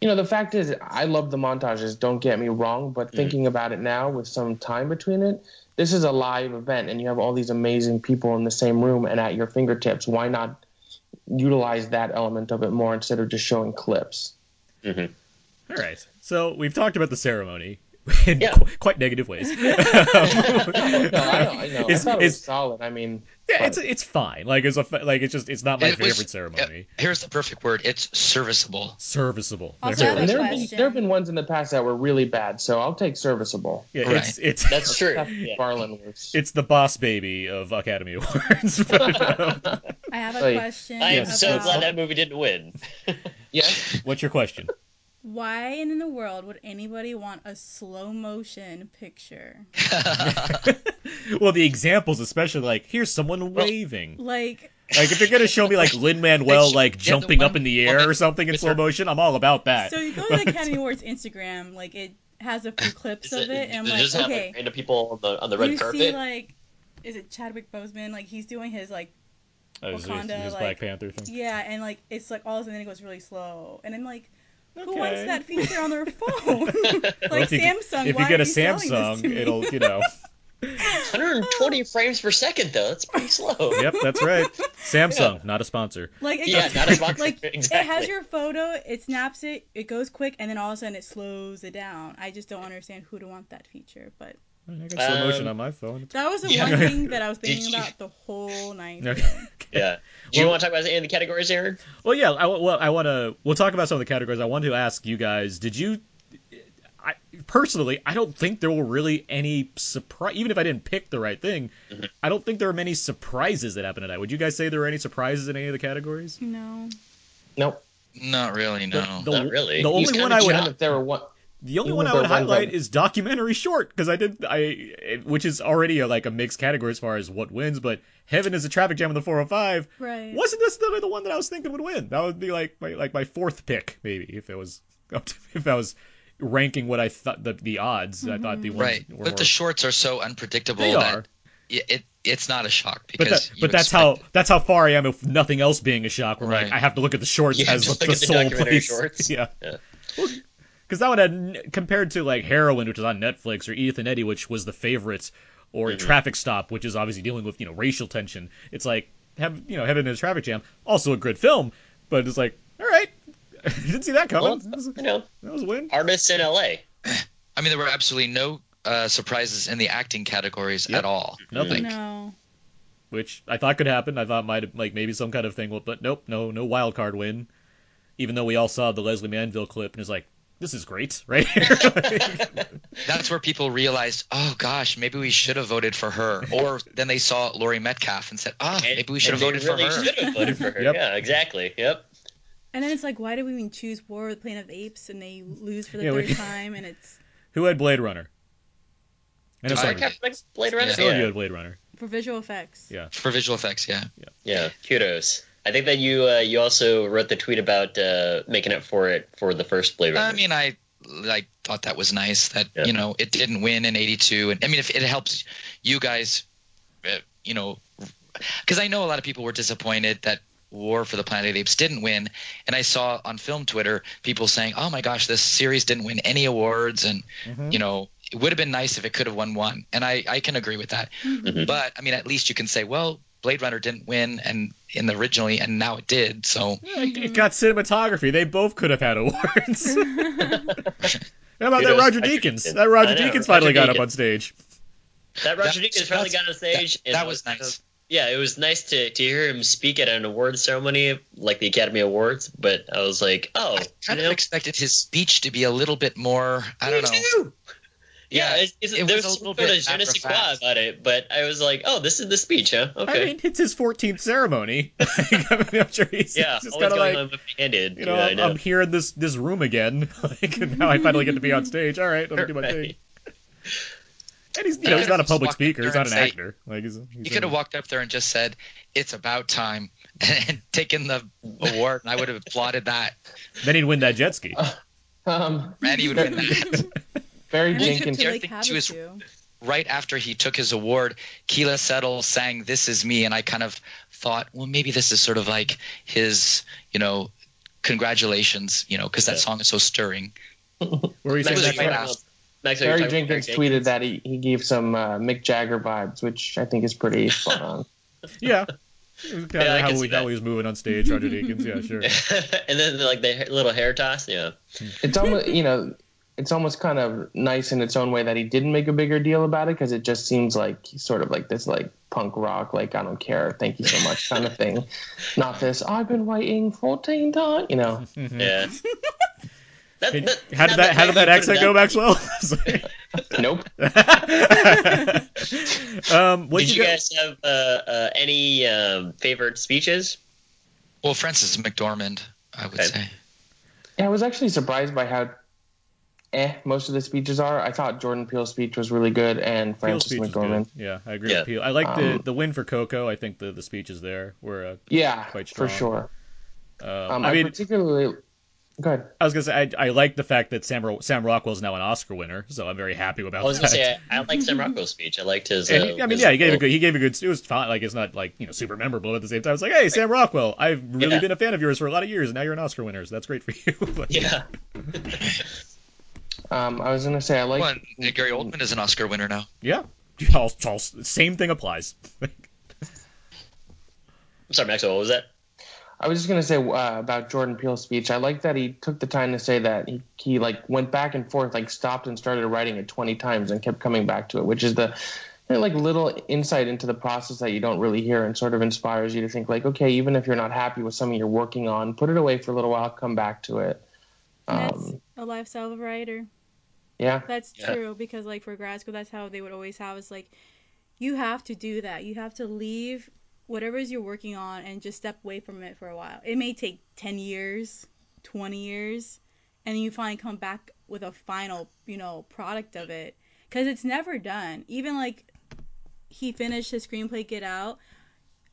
Speaker 7: you know, the fact is, I love the montages, don't get me wrong, but
Speaker 3: Mm-hmm.
Speaker 7: thinking about it now with some time between it, this is a live event and you have all these amazing people in the same room and at your fingertips. Why not utilize that element of it more instead of just showing clips?
Speaker 3: all right. So we've talked about the ceremony. In
Speaker 4: Yeah.
Speaker 3: qu- quite negative <laughs> ways.
Speaker 7: No, I, don't, I, know. I
Speaker 3: It's-
Speaker 7: thought it was
Speaker 3: it's-
Speaker 7: solid. I mean,
Speaker 3: Yeah, it's it's fine. Like it's a fa- like it's just it's not my
Speaker 5: It was-
Speaker 3: favorite ceremony.
Speaker 5: uh, here's the perfect word. It's serviceable.
Speaker 3: Serviceable.
Speaker 6: Also,
Speaker 3: There-
Speaker 6: I have a
Speaker 7: And there have, been,
Speaker 6: question.
Speaker 7: there have been ones in the past that were really bad, so I'll take serviceable.
Speaker 3: yeah,
Speaker 5: Right.
Speaker 3: it's it's
Speaker 4: That's true.
Speaker 7: Seth
Speaker 4: Yeah.
Speaker 7: Farland was.
Speaker 3: <laughs> it's the boss baby of Academy <laughs>
Speaker 5: <laughs>
Speaker 3: Awards. But, um,
Speaker 6: I have a
Speaker 7: Like,
Speaker 6: question.
Speaker 4: I am
Speaker 6: about
Speaker 4: so glad that movie didn't win.
Speaker 7: yes.
Speaker 3: what's your question?
Speaker 6: Why in the world would anybody want a slow motion picture?
Speaker 3: Well, the examples, especially like here's someone waving.
Speaker 6: Like,
Speaker 3: Like if you're gonna show me like Lin Manuel
Speaker 5: They
Speaker 3: like
Speaker 5: should get the
Speaker 3: jumping up
Speaker 5: one
Speaker 3: in the air
Speaker 5: woman
Speaker 3: or something in
Speaker 5: with
Speaker 3: slow
Speaker 5: her-
Speaker 3: motion, I'm all about that.
Speaker 6: so you go to the Academy Awards Instagram, like it has a few clips of it, and I'm
Speaker 4: They
Speaker 6: like,
Speaker 4: just have
Speaker 6: okay.
Speaker 4: like, random people on the on the
Speaker 6: you
Speaker 4: red carpet.
Speaker 6: see like is it Chadwick Boseman like he's doing his like
Speaker 3: Oh, is this-
Speaker 6: Wakanda,
Speaker 3: is this
Speaker 6: like-
Speaker 3: Black Panther thing.
Speaker 6: yeah and like it's like all of a sudden it goes really slow and I'm like who
Speaker 3: Okay.
Speaker 6: wants that
Speaker 3: <laughs>
Speaker 6: feature on their phone
Speaker 3: Well,
Speaker 6: <laughs>
Speaker 3: if
Speaker 6: like
Speaker 3: you,
Speaker 6: Samsung
Speaker 3: If
Speaker 6: why
Speaker 3: you get
Speaker 6: are
Speaker 3: a
Speaker 6: selling this
Speaker 3: Samsung,
Speaker 6: to me?
Speaker 3: it'll you know.
Speaker 6: oh.
Speaker 4: 120 frames per second though. That's
Speaker 6: <laughs>
Speaker 4: pretty slow.
Speaker 3: yep, that's right. Samsung, not a sponsor.
Speaker 6: <laughs> like it
Speaker 4: Yeah,
Speaker 6: goes- <laughs>
Speaker 4: not as much.
Speaker 6: like it
Speaker 4: Exactly.
Speaker 6: has your photo it snaps it it goes quick and then all of a sudden it slows it down I just don't understand who to want that feature but
Speaker 3: I got slow
Speaker 4: Um,
Speaker 3: motion on my phone.
Speaker 6: that was the
Speaker 4: Yeah. <laughs>
Speaker 6: one thing that I was
Speaker 4: Did
Speaker 6: thinking
Speaker 4: you-
Speaker 6: about the whole night
Speaker 3: Okay.
Speaker 4: Yeah. Do you
Speaker 3: Well-
Speaker 4: want to talk about any of the categories, Aaron?
Speaker 3: Well, yeah. I, well, I want to. We'll talk about some of the categories. I want to ask you guys. Did you? I personally, I don't think there were really any surprise. Even if I didn't pick the right thing,
Speaker 6: Mm-hmm.
Speaker 3: I don't think there were many surprises that happened tonight. Would you guys say there were any surprises in any of the categories?
Speaker 6: no
Speaker 7: Nope.
Speaker 5: Not really, no.
Speaker 3: The-
Speaker 4: Not really.
Speaker 3: The
Speaker 4: You
Speaker 3: only
Speaker 4: kinda
Speaker 3: one I would.
Speaker 4: Yeah.
Speaker 7: If there were one,
Speaker 3: The only
Speaker 7: Even
Speaker 3: one I
Speaker 7: the
Speaker 3: would
Speaker 7: ones that-
Speaker 3: highlight is documentary short because I did I it- which is already a, like a mixed category as far as what wins, but Heaven is a traffic jam on the 405.
Speaker 6: Right.
Speaker 3: Wasn't this the, the one that I was thinking would win? That would be like my like my fourth pick maybe if it was up to, if I was ranking what
Speaker 4: Mm-hmm.
Speaker 3: I thought the the odds I thought the ones
Speaker 5: right.
Speaker 3: were.
Speaker 5: But the shorts are so unpredictable
Speaker 3: they
Speaker 5: that
Speaker 3: are.
Speaker 5: it, it it's not a shock
Speaker 3: But,
Speaker 5: because
Speaker 3: that,
Speaker 5: you
Speaker 3: but that's
Speaker 5: expect-
Speaker 3: how that's how far I am with nothing else being a shock. Where like
Speaker 5: Right.
Speaker 3: I have to look at the shorts
Speaker 4: You have
Speaker 3: as
Speaker 4: to
Speaker 3: the,
Speaker 4: look at the
Speaker 3: sole
Speaker 4: documentary
Speaker 3: place. <laughs>
Speaker 4: shorts.
Speaker 3: Yeah,
Speaker 4: Yeah.
Speaker 3: because that one had n- compared to like heroin, which is on Netflix, or Edith and Eddie, which was the favorite, or
Speaker 4: Mm-hmm.
Speaker 3: Traffic Stop, which is obviously dealing with you know racial tension. It's like have you know Heaven in a Traffic Jam, also a good film, but it's like all right, <laughs> didn't see that coming.
Speaker 4: Well,
Speaker 3: that, was,
Speaker 4: you know,
Speaker 3: that was a win.
Speaker 4: artists in L.A.
Speaker 5: I mean, there were absolutely no uh, surprises in the acting categories
Speaker 3: Yep. Mm-hmm.
Speaker 5: at all.
Speaker 3: Nothing.
Speaker 5: Like,
Speaker 6: no.
Speaker 3: which I thought could happen. I thought might like maybe some kind of thing, will- but nope, no, no wild card win. Even though we all saw the Leslie Manville clip and it's like, this is great, <laughs> right?
Speaker 5: that's where people realized, oh gosh, maybe we should have voted for her. Or then they saw Lori Metcalf and said, ah,
Speaker 4: And-
Speaker 5: maybe we should
Speaker 4: and
Speaker 5: have
Speaker 4: they
Speaker 5: voted
Speaker 4: really
Speaker 5: for her.
Speaker 4: Should have voted for
Speaker 3: <laughs>
Speaker 4: her.
Speaker 3: Yep.
Speaker 4: Yeah, exactly. Yep.
Speaker 6: And then it's like, why did we even choose War with Planet of Apes and they lose for the
Speaker 3: Yeah, we-
Speaker 6: third
Speaker 3: <laughs>
Speaker 6: time? And it's
Speaker 3: Who had Blade Runner? And
Speaker 5: Did
Speaker 3: it's
Speaker 5: I
Speaker 4: Sorry,
Speaker 3: like,
Speaker 5: Sorry.
Speaker 4: Captain X, Blade Runner.
Speaker 5: Yeah.
Speaker 3: so you
Speaker 4: Yeah.
Speaker 3: had Blade Runner.
Speaker 6: for visual effects.
Speaker 3: Yeah.
Speaker 5: For visual effects, yeah.
Speaker 4: Yeah, Kudos. I think that you uh, you also wrote the tweet about uh, making up for it for the first Blade Runner.
Speaker 5: I mean, I like thought that was nice that
Speaker 4: uh, Yeah.
Speaker 5: you know it didn't win in '82, and I mean, if it helps you guys, uh, you know, because I know a lot of people were disappointed that War for the Planet of the Apes didn't win, and I saw on film Twitter people saying, "Oh my gosh, this series didn't win any awards," and
Speaker 3: Mm-hmm.
Speaker 5: you know, it would have been nice if it could have won one, and I I can agree with that.
Speaker 4: Mm-hmm.
Speaker 5: But I mean, at least you can say, well. Blade Runner didn't win, and in the originally, and now it did. So
Speaker 3: Yeah, it- It got cinematography. They both could have had awards. How about that
Speaker 4: Kudos,
Speaker 3: Roger
Speaker 4: Roger
Speaker 3: Deakins?
Speaker 4: Deakins.
Speaker 3: That Roger
Speaker 4: I know,
Speaker 3: Deakins finally
Speaker 4: Roger
Speaker 3: got up
Speaker 4: Deakins.
Speaker 3: on stage.
Speaker 4: that Roger
Speaker 5: That's-
Speaker 4: Deakins finally
Speaker 5: that's-
Speaker 4: got on stage.
Speaker 5: that,
Speaker 4: and
Speaker 5: that was nice.
Speaker 4: Yeah, it was nice to, to hear him speak at an award ceremony like the Academy Awards. But I was like, oh,
Speaker 5: I kind
Speaker 4: you
Speaker 5: of
Speaker 4: know,
Speaker 5: expected his speech to be a little bit more. I don't
Speaker 4: Me
Speaker 5: know.
Speaker 4: too. Yeah,
Speaker 5: Yeah,
Speaker 4: it's, it's,
Speaker 5: it was
Speaker 4: there's
Speaker 5: a
Speaker 4: some
Speaker 5: little
Speaker 4: sort
Speaker 5: bit
Speaker 4: of je ne sais
Speaker 5: after
Speaker 4: quoi
Speaker 5: fact.
Speaker 4: about it, but I was like, oh, this is the speech, huh? Okay.
Speaker 3: I mean, <laughs> it's his 14th
Speaker 4: <laughs>
Speaker 3: ceremony. <laughs> I mean, I'm sure he's
Speaker 4: yeah,
Speaker 3: just
Speaker 4: always
Speaker 3: kind of
Speaker 4: going
Speaker 3: like,
Speaker 4: on handed.
Speaker 3: you know,
Speaker 4: yeah, I
Speaker 3: I'm,
Speaker 4: know.
Speaker 3: <laughs> I'm here in this this room again. <laughs> like, and now I finally get to be on stage. All right, let me do my thing.
Speaker 4: Right.
Speaker 3: And he's, you
Speaker 5: He
Speaker 3: know, he's
Speaker 5: could've
Speaker 3: not a
Speaker 5: just
Speaker 3: public
Speaker 5: walked up
Speaker 3: speaker. He's
Speaker 5: there
Speaker 3: not
Speaker 5: and
Speaker 3: an
Speaker 5: say-
Speaker 3: actor. Like he's, he's
Speaker 5: He could have walked up there and just said, "It's about time," <laughs> and taken the award, and I would have applauded that.
Speaker 3: Then he'd win that jet
Speaker 4: <laughs>
Speaker 3: ski.
Speaker 7: Um,
Speaker 5: And he would win that.
Speaker 7: Barry
Speaker 6: And they took
Speaker 7: Jenkins.
Speaker 6: to
Speaker 5: The other
Speaker 6: Lake
Speaker 5: thing, too, is-
Speaker 6: Havasu.
Speaker 5: Right after he took his award, Keela Settle sang "This Is Me," and I kind of thought, well, maybe this is sort of like his, you know, congratulations, you know, because that
Speaker 4: Yeah.
Speaker 5: song is so stirring.
Speaker 3: Where he said
Speaker 5: That was
Speaker 3: that
Speaker 4: Max,
Speaker 5: right
Speaker 4: you're talking
Speaker 5: after.
Speaker 4: about- Max, you're
Speaker 7: Barry
Speaker 4: talking about
Speaker 7: Jenkins tweeted that he, he gave some uh, Mick Jagger vibes, which I think is
Speaker 3: <laughs>
Speaker 7: pretty spot on.
Speaker 3: yeah. It was kinda
Speaker 4: Yeah, I
Speaker 3: how,
Speaker 4: can
Speaker 3: we,
Speaker 4: see
Speaker 3: how
Speaker 4: that.
Speaker 3: he was moving on stage, Roger Deakins. Yeah, sure.
Speaker 4: <laughs> and then like the ha- little hair toss. Yeah.
Speaker 7: It's almost you know, it's almost kind of nice in its own way that he didn't make a bigger deal about it because it just seems like sort of like this like punk rock like I don't care, thank you so much kind
Speaker 3: <laughs>
Speaker 7: of thing. Not this I've been waiting fourteen times, you know.
Speaker 4: Yeah.
Speaker 3: <laughs>
Speaker 4: That-
Speaker 3: Hey,
Speaker 4: that-
Speaker 3: Mm-hmm. How
Speaker 4: now
Speaker 3: Mm. did that? How did
Speaker 4: Max
Speaker 3: that
Speaker 4: put
Speaker 3: accent
Speaker 4: it
Speaker 3: go,
Speaker 4: out-
Speaker 3: Maxwell?
Speaker 7: Nope.
Speaker 3: <laughs>
Speaker 4: <laughs>
Speaker 3: um, what
Speaker 4: Did you guys have uh, uh, any um, favorite speeches?
Speaker 5: Well, Francis McDormand, I would
Speaker 4: Okay.
Speaker 5: say.
Speaker 7: Yeah, I was actually surprised by how eh most of the speeches are. I thought Jordan Peele's speech was really good and
Speaker 3: Peele's
Speaker 7: Francis
Speaker 3: speech was
Speaker 7: McDormand.
Speaker 3: good. Yeah, I agree
Speaker 4: Yeah.
Speaker 3: with Peel. I like the
Speaker 7: Um,
Speaker 3: the win for Coco. I think the the speeches there were. Uh,
Speaker 7: Yeah,
Speaker 3: Quite
Speaker 7: for
Speaker 3: strong.
Speaker 7: sure.
Speaker 3: uh,
Speaker 7: Um,
Speaker 3: I
Speaker 7: I,
Speaker 3: mean,
Speaker 7: particularly go ahead.
Speaker 3: I was gonna say I, I like the fact that Sam Ro- Sam Rockwell's now an Oscar winner, so I'm very happy about
Speaker 4: I was
Speaker 3: that. <laughs>
Speaker 4: gonna say I, I liked Sam Rockwell's speech. I liked his.
Speaker 3: And
Speaker 4: uh,
Speaker 3: he, I mean,
Speaker 4: his
Speaker 3: yeah, he gave a
Speaker 4: little-
Speaker 3: good. He gave a good. It was fine. Like it's not like you know super memorable. But at the same time, it's like, hey, Sam Rockwell, I've really
Speaker 4: Yeah.
Speaker 3: been a fan of yours for a lot of years, and now you're an Oscar winner. So that's great for you. <laughs> Like,
Speaker 4: <laughs> Yeah.
Speaker 7: Um, I was gonna say I like
Speaker 5: Well, and Gary Oldman is an Oscar winner now.
Speaker 3: yeah. Yeah, all- all- same thing applies. <laughs>
Speaker 4: I'm sorry, Maxwell. What was that?
Speaker 7: I was just gonna say uh, about Jordan Peele's speech. I like that he took the time to say that he, he like went back and forth, like stopped and started writing it twenty times and kept coming back to it, which is the you know, like little insight into the process that you don't really hear and sort of inspires you to think like, okay, even if you're not happy with something you're working on, put it away for a little while, come back to it.
Speaker 6: And that's
Speaker 7: Um,
Speaker 6: a lifestyle of a writer.
Speaker 7: yeah,
Speaker 6: That's
Speaker 4: Yeah.
Speaker 6: true because like for grad school, that's how they would always have is like, you have to do that. You have to leave whatever is you're working on and just step away from it for a while. It may take ten years, twenty years, and then you finally come back with a final, you know, product of it because it's never done. Even like he finished his screenplay Get Out.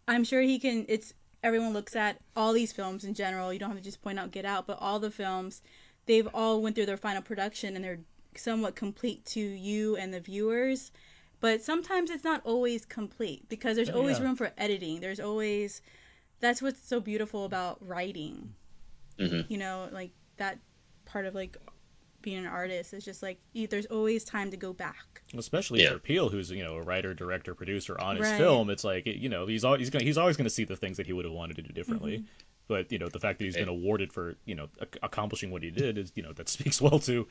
Speaker 6: I'm sure he can. It's everyone looks at all these films in general. You don't have to just point out Get Out, but all the films they've all went through their final production and they're somewhat complete to you and the viewers but sometimes it's not always complete because there's
Speaker 3: Oh,
Speaker 6: always
Speaker 3: yeah.
Speaker 6: room for editing. There's always that's what's so beautiful about writing.
Speaker 3: Mm-hmm.
Speaker 4: Mhm.
Speaker 6: You know, like that part of like being an artist is just like e- there's always time to go back.
Speaker 3: especially
Speaker 4: Yeah.
Speaker 3: for Peel, who's you know a writer, director, producer on his
Speaker 6: Right.
Speaker 3: film. It's like you know he's always he's, gonna, he's always going to see the things that he would have wanted to do differently.
Speaker 6: Mm-hmm.
Speaker 3: But you know the fact that he's been awarded for you know ac- accomplishing what he did is you know that <laughs> speaks well to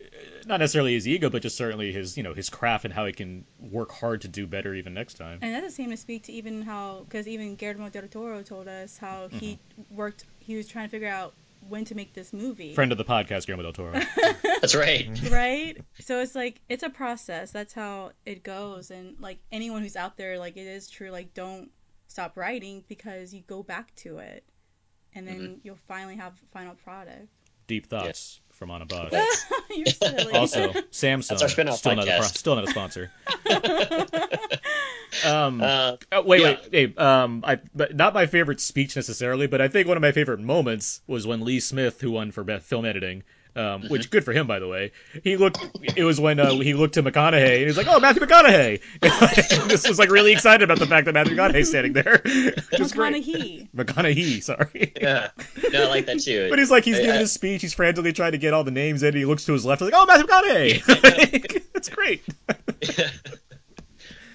Speaker 3: uh, not necessarily his ego, but just certainly his you know his craft and how he can work hard to do better even next time.
Speaker 6: And that doesn't seem to speak to even how, because even Guillermo del Toro told us how he
Speaker 3: Mm-hmm.
Speaker 6: worked, he was trying to figure out when to make this movie.
Speaker 3: Friend of the podcast, Guillermo del
Speaker 6: <laughs>
Speaker 3: Toro.
Speaker 4: That's right.
Speaker 6: Mm-hmm. Right? so it's like, it's a process. That's how it goes. And like anyone who's out there, like it is true, like don't stop writing because you go back to it and then
Speaker 4: Mm-hmm.
Speaker 6: you'll finally have a final
Speaker 4: <laughs>
Speaker 6: product.
Speaker 3: Deep thoughts from Anna Bosch.
Speaker 4: That's-
Speaker 6: <laughs> You're silly.
Speaker 3: <laughs> Also,
Speaker 4: <laughs>
Speaker 3: Samsung
Speaker 4: That's our spin-off
Speaker 3: still not a pro-
Speaker 4: podcast.
Speaker 3: still not a
Speaker 4: <laughs>
Speaker 3: sponsor. um,
Speaker 4: uh,
Speaker 3: Oh, wait,
Speaker 4: Yeah.
Speaker 3: wait, hey, um, I but not my favorite speech necessarily, but I think one of my favorite moments was when Lee Smith, who won for best film editing, um, which good for him by the way, he looked. It was when uh, he looked to McConaughey and he's like, "Oh, Matthew McConaughey!" <laughs> And this was like really excited about the fact that Matthew McConaughey's standing there. <laughs> It was great.
Speaker 6: McConaughey.
Speaker 3: McConaughey, sorry.
Speaker 4: yeah. No, I like that too.
Speaker 3: But he's like, he's
Speaker 4: I-
Speaker 3: giving
Speaker 4: I-
Speaker 3: his speech. He's frantically trying to get all the names in. And he looks to his left, like, "Oh, Matthew McConaughey!" <laughs> It's great.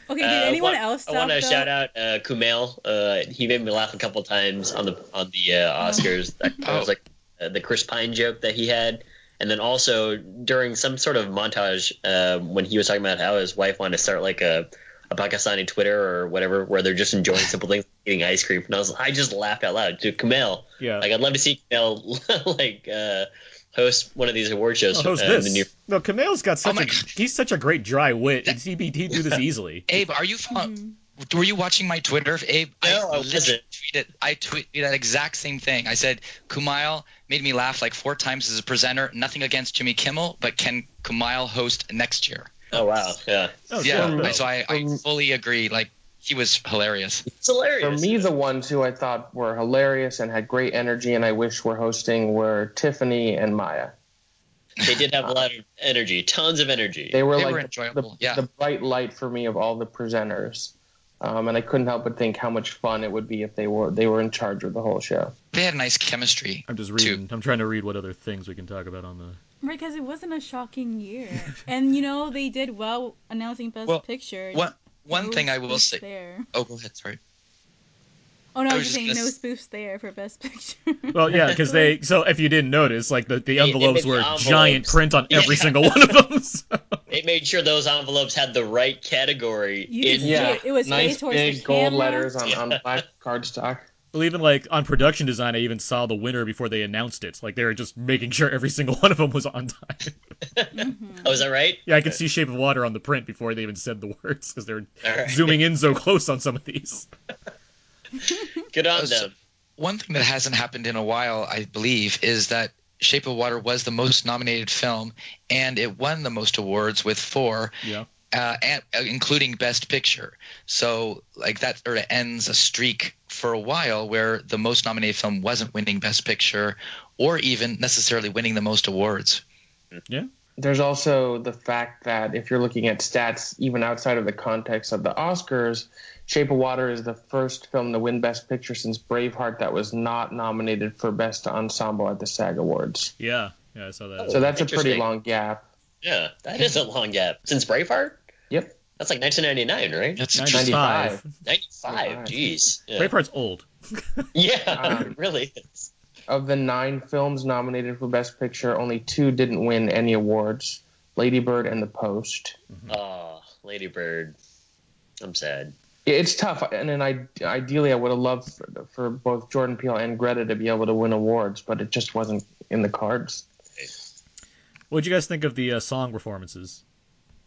Speaker 6: Okay,
Speaker 4: Uh,
Speaker 6: did anyone
Speaker 4: one-
Speaker 6: else stop
Speaker 4: I want to
Speaker 6: though? <laughs>
Speaker 4: shout out uh, Kumail. Uh, he made me laugh a couple times on the on
Speaker 3: <laughs>
Speaker 4: the uh, Oscars. I, I was like uh, the Chris Pine joke that he had, and then also during some sort of montage uh, when he was talking about how his wife wanted to start like a a Pakistani Twitter or whatever, where they're just enjoying simple things, eating ice cream. And I was I just laughed out loud. Dude, Kumail.
Speaker 3: Yeah.
Speaker 4: Like I'd love to see Kumail <laughs> like uh, host one of these award shows.
Speaker 3: Oh, how's
Speaker 4: uh, in
Speaker 3: this?
Speaker 4: the new-
Speaker 3: No, Camille's got such
Speaker 5: my
Speaker 3: a
Speaker 5: God.
Speaker 3: he's such a great dry wit. and He'd, be, he'd do <laughs> this easily.
Speaker 5: Abe, are you
Speaker 6: Mm-hmm.
Speaker 5: fo- were you watching my Twitter, Abe?
Speaker 4: No, I wasn't.
Speaker 5: Tweeted, I tweeted that exact same thing. I said Kumail made me laugh like four times as a presenter. Nothing against Jimmy Kimmel, but can Kumail host next year?
Speaker 4: oh wow, yeah,
Speaker 3: No, it's
Speaker 5: yeah,
Speaker 3: not, no.
Speaker 5: so I, I fully agree. Like he was hilarious.
Speaker 4: it's hilarious.
Speaker 7: For me, the ones who I thought were hilarious and had great energy and I wish were hosting were Tiffany and Maya.
Speaker 4: they did have a lot of energy, tons of energy.
Speaker 7: They were
Speaker 5: They
Speaker 7: like
Speaker 5: were
Speaker 7: the-
Speaker 5: enjoyable,
Speaker 7: The,
Speaker 5: yeah.
Speaker 7: the bright light for me of all the presenters. Um, and I couldn't help but think how much fun it would be if they were they were in charge of the whole show.
Speaker 5: They had nice chemistry.
Speaker 3: I'm just
Speaker 5: too.
Speaker 3: reading. I'm trying to read what other things we can talk about on
Speaker 6: <laughs>
Speaker 3: the.
Speaker 6: Right, because it wasn't a
Speaker 4: <laughs>
Speaker 6: shocking year, and you know they did well announcing Best
Speaker 5: Well,
Speaker 6: Picture.
Speaker 5: One one
Speaker 6: No
Speaker 5: thing I will
Speaker 6: spoofs
Speaker 5: say.
Speaker 6: There.
Speaker 5: Oh, go ahead. Sorry.
Speaker 6: Oh no, I
Speaker 5: I
Speaker 6: was
Speaker 5: was
Speaker 6: just
Speaker 5: just
Speaker 6: saying
Speaker 5: gonna
Speaker 6: no
Speaker 5: s-
Speaker 6: spoofs there for Best <laughs> Picture.
Speaker 3: Well, yeah, because they. So if you didn't notice, like the, the
Speaker 4: they
Speaker 3: envelopes
Speaker 4: made
Speaker 3: were
Speaker 4: the
Speaker 3: giant
Speaker 4: envelopes.
Speaker 3: print on every
Speaker 4: Yeah.
Speaker 3: single one of them. <laughs> so-
Speaker 4: They made sure those envelopes had the right category.
Speaker 6: You could
Speaker 4: in-
Speaker 6: see Yeah, it was
Speaker 7: nice
Speaker 6: Space Horse
Speaker 7: big
Speaker 6: with
Speaker 7: gold
Speaker 6: camera.
Speaker 7: letters on,
Speaker 5: <laughs>
Speaker 7: on black cardstock.
Speaker 3: Well, even like on production design, I even saw the winner before they announced it. Like they were just making sure every single one of them was on time. <laughs>
Speaker 4: oh, is that right?
Speaker 3: Yeah, I could see Shape of Water on the print before they even said the words because they're
Speaker 4: All right.
Speaker 3: zooming in so close on some of these.
Speaker 4: Good on
Speaker 5: So-
Speaker 4: them.
Speaker 5: One thing that hasn't happened in a while, I believe, is that Shape of Water was the most nominated film, and it won the most awards with four,
Speaker 3: Yeah.
Speaker 5: uh, and, uh, including Best Picture. So, like that sort of ends a streak for a while where the most nominated film wasn't winning Best Picture, or even necessarily winning the most awards.
Speaker 7: there's also the fact that if you're looking at stats, even outside of the context of the Oscars, Shape of Water is the first film to win Best Picture since Braveheart that was not nominated for Best Ensemble at the SAG Awards.
Speaker 3: Yeah. Yeah, I saw that.
Speaker 7: So that's a pretty
Speaker 4: Interesting.
Speaker 7: long gap.
Speaker 4: Yeah, that is a long gap since Braveheart.
Speaker 7: Yep.
Speaker 4: That's like 1999, right?
Speaker 5: That's
Speaker 3: Ninety five.
Speaker 7: 95.
Speaker 4: 95. Jeez. Yeah,
Speaker 3: Braveheart's old.
Speaker 4: yeah
Speaker 7: Um,
Speaker 4: it <laughs> really is.
Speaker 7: Of the nine films nominated for Best Picture, only two didn't win any awards Lady Bird and The Post.
Speaker 4: Oh, Lady Bird. I'm sad.
Speaker 7: Yeah, It's tough, and then I ideally I would have loved for, for both Jordan Peele and Greta to be able to win awards, but it just wasn't in the cards.
Speaker 3: What'd you guys think of the uh, song performances?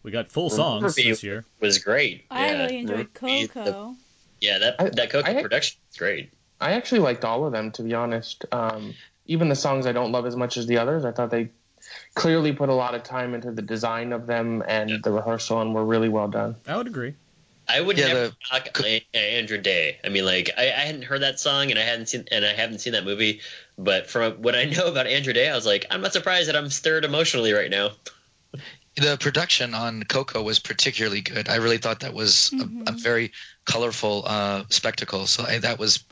Speaker 3: We got full songs
Speaker 4: Ruby.
Speaker 3: this year.
Speaker 4: It was great.
Speaker 6: I
Speaker 4: yeah.
Speaker 6: really enjoyed
Speaker 4: Ruby, the-
Speaker 6: Coco.
Speaker 4: yeah, that
Speaker 7: I-
Speaker 4: that Coco
Speaker 7: I-
Speaker 4: production is great.
Speaker 7: I actually liked all of them, to be honest. Um, even the songs I don't love as much as the others, I thought they clearly put a lot of time into the design of them and the rehearsal, and were really well done.
Speaker 3: I would agree.
Speaker 4: I would
Speaker 5: Yeah,
Speaker 4: never
Speaker 5: the-
Speaker 4: knock A- Andrew Day. I mean, like I, I hadn't heard that song and I hadn't seen and I haven't seen that movie, <laughs> but from what I know about Andrew Day, I was like, I'm not surprised that I'm stirred emotionally right now.
Speaker 5: the production on Coco was particularly good. I really thought that was a, a very colorful uh, spectacle. So I, that was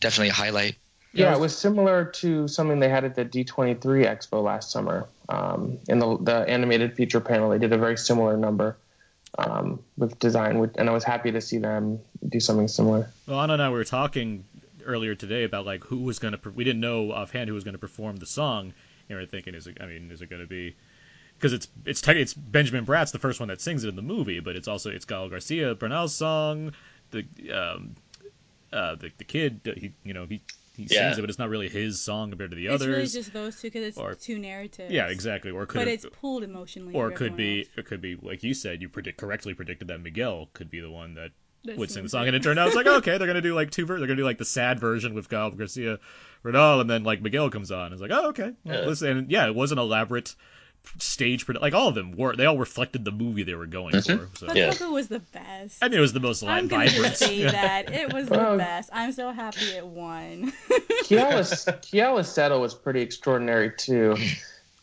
Speaker 5: definitely a highlight.
Speaker 7: Yeah, it was similar to something they had at the D23 Expo last summer. Um, in the, the animated feature panel, they did a very similar number um, with design, with, and I was happy to see them do something similar.
Speaker 3: Well, Anna and I were talking earlier today about like who was going to. We didn't know offhand who was going to perform the song, and we are thinking, is it? I mean, is it going to be? Because it's it's tech- it's Benjamin Bratt's the first one that sings it in the movie, but it's also it's Gal Garcia Bernal's song. The um, uh, the the kid uh, he you know he he
Speaker 4: Yeah.
Speaker 3: sings it, but it's not really his song compared to the
Speaker 6: It's really
Speaker 3: others.
Speaker 6: just those two because it's
Speaker 3: or-
Speaker 6: two narratives.
Speaker 3: yeah, exactly. Or could
Speaker 6: But
Speaker 3: it-
Speaker 6: it's pulled emotionally.
Speaker 3: or
Speaker 6: from
Speaker 3: could
Speaker 6: everyone
Speaker 3: be
Speaker 6: else.
Speaker 3: it could be like you said you predict correctly predicted that Miguel could be the one that
Speaker 6: That
Speaker 3: would sing the
Speaker 6: sings
Speaker 3: song
Speaker 6: it.
Speaker 3: and it turned out it's like okay they're gonna do like two ver- they're gonna do like the sad version with Gal Garcia Renal and then like Miguel comes on it's like oh okay well,
Speaker 4: Yeah.
Speaker 3: listen and yeah it was an elaborate stage produ- like all of them were they all reflected the movie they were going for so
Speaker 6: But
Speaker 4: Yeah.
Speaker 6: Coco was the best.
Speaker 3: I mean it was the most Latin
Speaker 6: I'm gonna
Speaker 3: vibrant <laughs>
Speaker 6: say that it was
Speaker 7: Well-
Speaker 6: the best. I'm so happy it won.
Speaker 7: Kiala <laughs> Kiala Settle was pretty extraordinary too, e,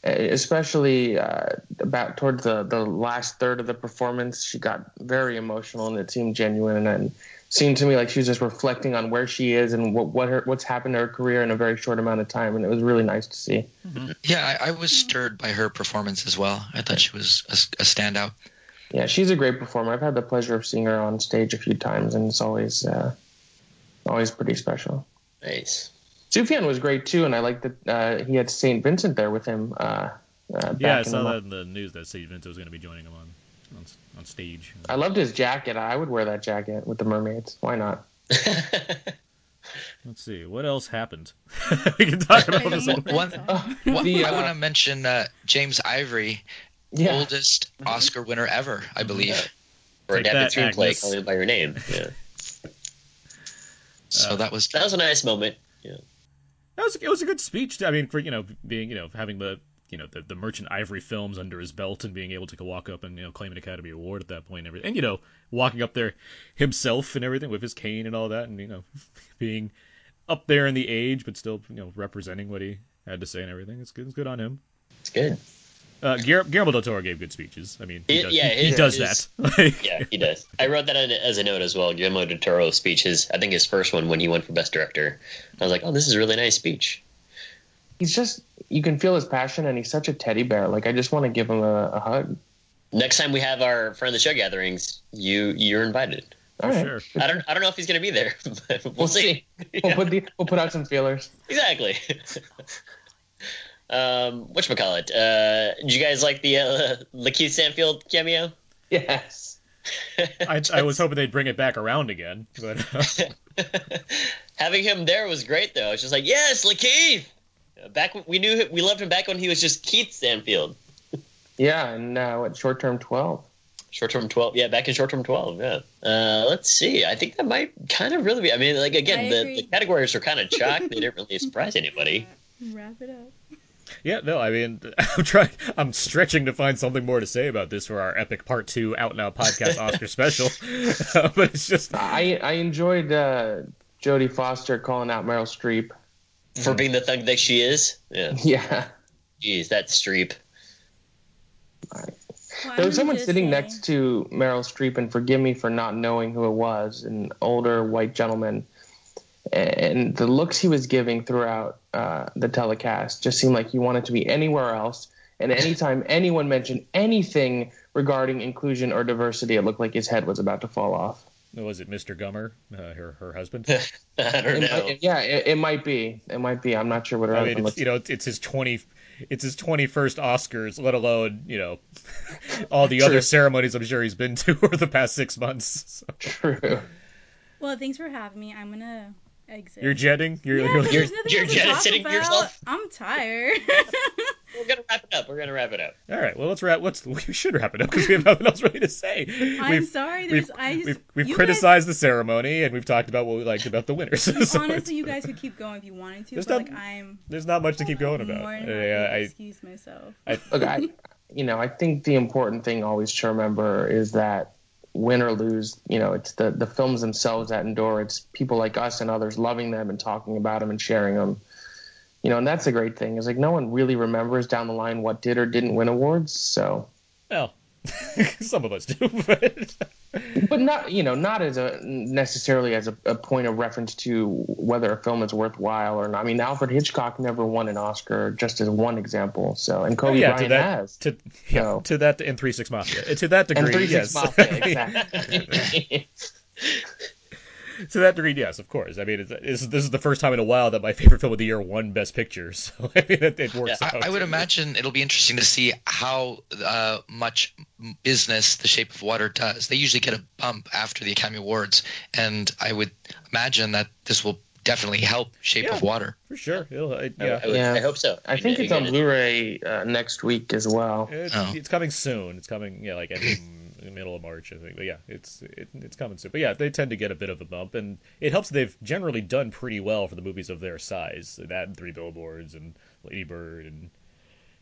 Speaker 7: especially uh, about towards the, the last third of the performance. She got very emotional and it seemed genuine and seemed to me like she was just reflecting on where she is and what what her, what's happened to her career in a very short amount of time. And it was really nice to see.
Speaker 5: Yeah, I, I was stirred by her performance as well. I thought she was a, a standout.
Speaker 7: Yeah, she's a great performer. I've had the pleasure of seeing her on stage a few times, and it's always uh, always pretty special.
Speaker 4: <laughs> Nice.
Speaker 7: Sufjan was great too, and I liked that uh, he had Saint Vincent there with him. Uh, uh, back
Speaker 3: yeah I
Speaker 7: in the
Speaker 3: saw
Speaker 7: month.
Speaker 3: that in the news that Steve Vinto was gonna be joining him on on, on stage
Speaker 7: I loved his jacket. I would wear that jacket with the mermaids. Why not?
Speaker 3: let's see what else happened <laughs> we can talk about this
Speaker 6: Maybe
Speaker 3: later.
Speaker 6: that's
Speaker 5: one-
Speaker 6: all.
Speaker 5: Well,
Speaker 7: The,
Speaker 5: I
Speaker 7: uh,
Speaker 5: want to mention uh, James Ivory,
Speaker 7: Yeah. Mm-hmm.
Speaker 5: oldest Oscar winner ever, I believe.
Speaker 4: Or
Speaker 3: Take
Speaker 4: adapted
Speaker 3: that,
Speaker 4: screenplay,
Speaker 3: Agnes.
Speaker 4: call me by your <laughs> name. Yeah.
Speaker 5: So that was
Speaker 4: That was a nice moment. Yeah.
Speaker 3: That was it was a good speech. I mean, for you know, being you know having the you know the, the Merchant Ivory films under his belt and being able to walk up and you know claim an Academy Award at that point and everything, and you know walking up there himself and everything with his cane and all that, and you know <laughs> being up there in the age but still you know representing what he had to say and everything. It's good. It's good on him.
Speaker 4: It's good.
Speaker 3: Uh, Guillermo, Guillermo del Toro gave good speeches. I mean, he
Speaker 4: It-
Speaker 3: does,
Speaker 4: yeah,
Speaker 3: he, he
Speaker 4: his-
Speaker 3: does
Speaker 4: his-
Speaker 3: that.
Speaker 4: Yeah, <laughs> he does. I wrote that in- as a note as well. Guillermo del Toro's speech, his, I think his first one when he won for Best Director. I was like, oh, this is a really nice speech.
Speaker 7: He's just, you can feel his passion, and he's such a teddy bear. Like, I just want to give him a, a hug.
Speaker 4: Next time we have our friend of the show gatherings, you you're invited.
Speaker 7: All right.
Speaker 3: sure.
Speaker 4: I don't I don't know if he's gonna be there, <laughs> but we'll,
Speaker 7: We'll
Speaker 4: see. <laughs>
Speaker 7: see. We'll, put the, we'll put out some feelers. <laughs>
Speaker 4: Exactly. <laughs> um, whatchamacallit? Uh, did you guys like the uh, <laughs> Lakeith Sanfield cameo? <laughs>
Speaker 7: Yes.
Speaker 3: I, I was hoping they'd bring it back around again, but <laughs>
Speaker 4: Having him there was great, though. I was just like, yes, Lakeith. Uh, Back when- we knew we loved him back when he was just Keith Sanfield.
Speaker 7: Yeah, and uh, what, short term 12?
Speaker 4: Short term twelve, yeah, back in short term twelve, yeah. Uh, let's see. I think that might kind of really be. I mean, like
Speaker 6: I
Speaker 4: again, the,
Speaker 6: agree.
Speaker 4: the categories are kind of chalked.
Speaker 6: <laughs>
Speaker 4: they didn't really surprise anybody.
Speaker 6: Wrap it up.
Speaker 3: Yeah, no, I mean, <laughs> I'm trying, I'm stretching to find something more to say about this for our epic part two out now
Speaker 6: <laughs>
Speaker 3: podcast Oscar special, <laughs> but it's just
Speaker 7: I, I enjoyed uh, Jodie Foster calling out Meryl Streep. <laughs>
Speaker 4: For being the thug that she is, yeah.
Speaker 7: Yeah.
Speaker 4: Jeez, that streep. <laughs>
Speaker 7: There was someone sitting next to Meryl Streep, and forgive me for not knowing who it was, an older white gentleman. And the looks he was giving throughout uh, the telecast just seemed like he wanted to be anywhere else. And anytime <laughs> anyone mentioned anything regarding inclusion or diversity, it looked like his head was about to fall off.
Speaker 3: was it Mr. Gummer, uh, her her husband?
Speaker 4: I don't
Speaker 7: It
Speaker 4: know.
Speaker 7: might- yeah, it, it might be. It might be. I'm not sure what.
Speaker 3: I
Speaker 7: I
Speaker 3: mean, it's, you know, it's, it's his twenty, it's his twenty first Oscars, let alone you know <laughs> all the other
Speaker 7: True.
Speaker 3: ceremonies I'm sure he's been to <laughs> over the past six months. So,
Speaker 7: <laughs> true.
Speaker 6: Well, thanks for having me. I'm gonna exit.
Speaker 3: you're jetting, you're,
Speaker 6: Yeah, 'cause
Speaker 3: you're,
Speaker 6: there's nothing
Speaker 4: you're
Speaker 6: else to
Speaker 4: just
Speaker 6: talk
Speaker 4: sitting
Speaker 6: about.
Speaker 4: yourself?
Speaker 6: I'm tired.
Speaker 4: We're gonna wrap it up. We're gonna wrap it up.
Speaker 3: all right. Well, let's wrap. Let's we should wrap it up because we have nothing else really to say.
Speaker 6: I'm
Speaker 3: we've
Speaker 6: sorry. There's
Speaker 3: we've,
Speaker 6: I just,
Speaker 3: we've, we've
Speaker 6: you
Speaker 3: criticized the ceremony and we've talked about what we liked about the winners. <laughs> So
Speaker 6: Guys,
Speaker 3: it's-
Speaker 6: honestly, you guys could keep going if you wanted to,
Speaker 3: There's
Speaker 6: but
Speaker 3: not-
Speaker 6: like I'm
Speaker 3: There's not much to keep going about.
Speaker 6: more than happy
Speaker 3: yeah,
Speaker 6: to
Speaker 3: I,
Speaker 6: excuse myself.
Speaker 7: Look, I, you know, I think the important thing always to remember is that win or lose, you know, it's the the films themselves that endure. It's people like us and others loving them and talking about them and sharing them. You know, and that's a great thing. Is like no one really remembers down the line what did or didn't win awards, so
Speaker 3: Well, <laughs> some of us do, but
Speaker 7: but not you know not as a necessarily as a, a point of reference to whether a film is worthwhile or not. I mean, Alfred Hitchcock never won an Oscar, just as one example. So and
Speaker 3: Oh,
Speaker 7: Kobe
Speaker 3: yeah, to
Speaker 7: Bryant
Speaker 3: that
Speaker 7: has.
Speaker 3: to yeah,
Speaker 7: So-
Speaker 3: to that and Three Six Mafia to that degree,
Speaker 7: and three
Speaker 3: yes.
Speaker 7: six
Speaker 3: <laughs>
Speaker 7: mafia, <laughs> exactly.
Speaker 4: <laughs>
Speaker 3: to that degree, yes, of course. I mean, it's, it's, this is the first time in a while that my favorite film of the year won Best Picture, <laughs> so I mean, it, it works
Speaker 4: Yeah,
Speaker 3: out.
Speaker 5: I, I would imagine it'll be interesting to see how uh, much business The Shape of Water does. They usually get a bump after the Academy Awards, and I would imagine that this will definitely help Shape
Speaker 3: Yeah.
Speaker 5: of Water.
Speaker 3: for sure. It'll, it,
Speaker 4: I,
Speaker 3: yeah,
Speaker 4: I, would-
Speaker 7: Yeah.
Speaker 4: I hope so.
Speaker 7: I
Speaker 4: mean,
Speaker 7: think it's
Speaker 4: again,
Speaker 7: on Blu-ray uh, next week as well.
Speaker 3: it's,
Speaker 5: Oh.
Speaker 3: it's coming soon. It's coming, yeah, like I think in the middle of March, I think. But yeah, it's it, it's coming soon. But yeah, they tend to get a bit of a bump, and it helps. They've generally done pretty well for the movies of their size. That and Three Billboards and Lady Bird and.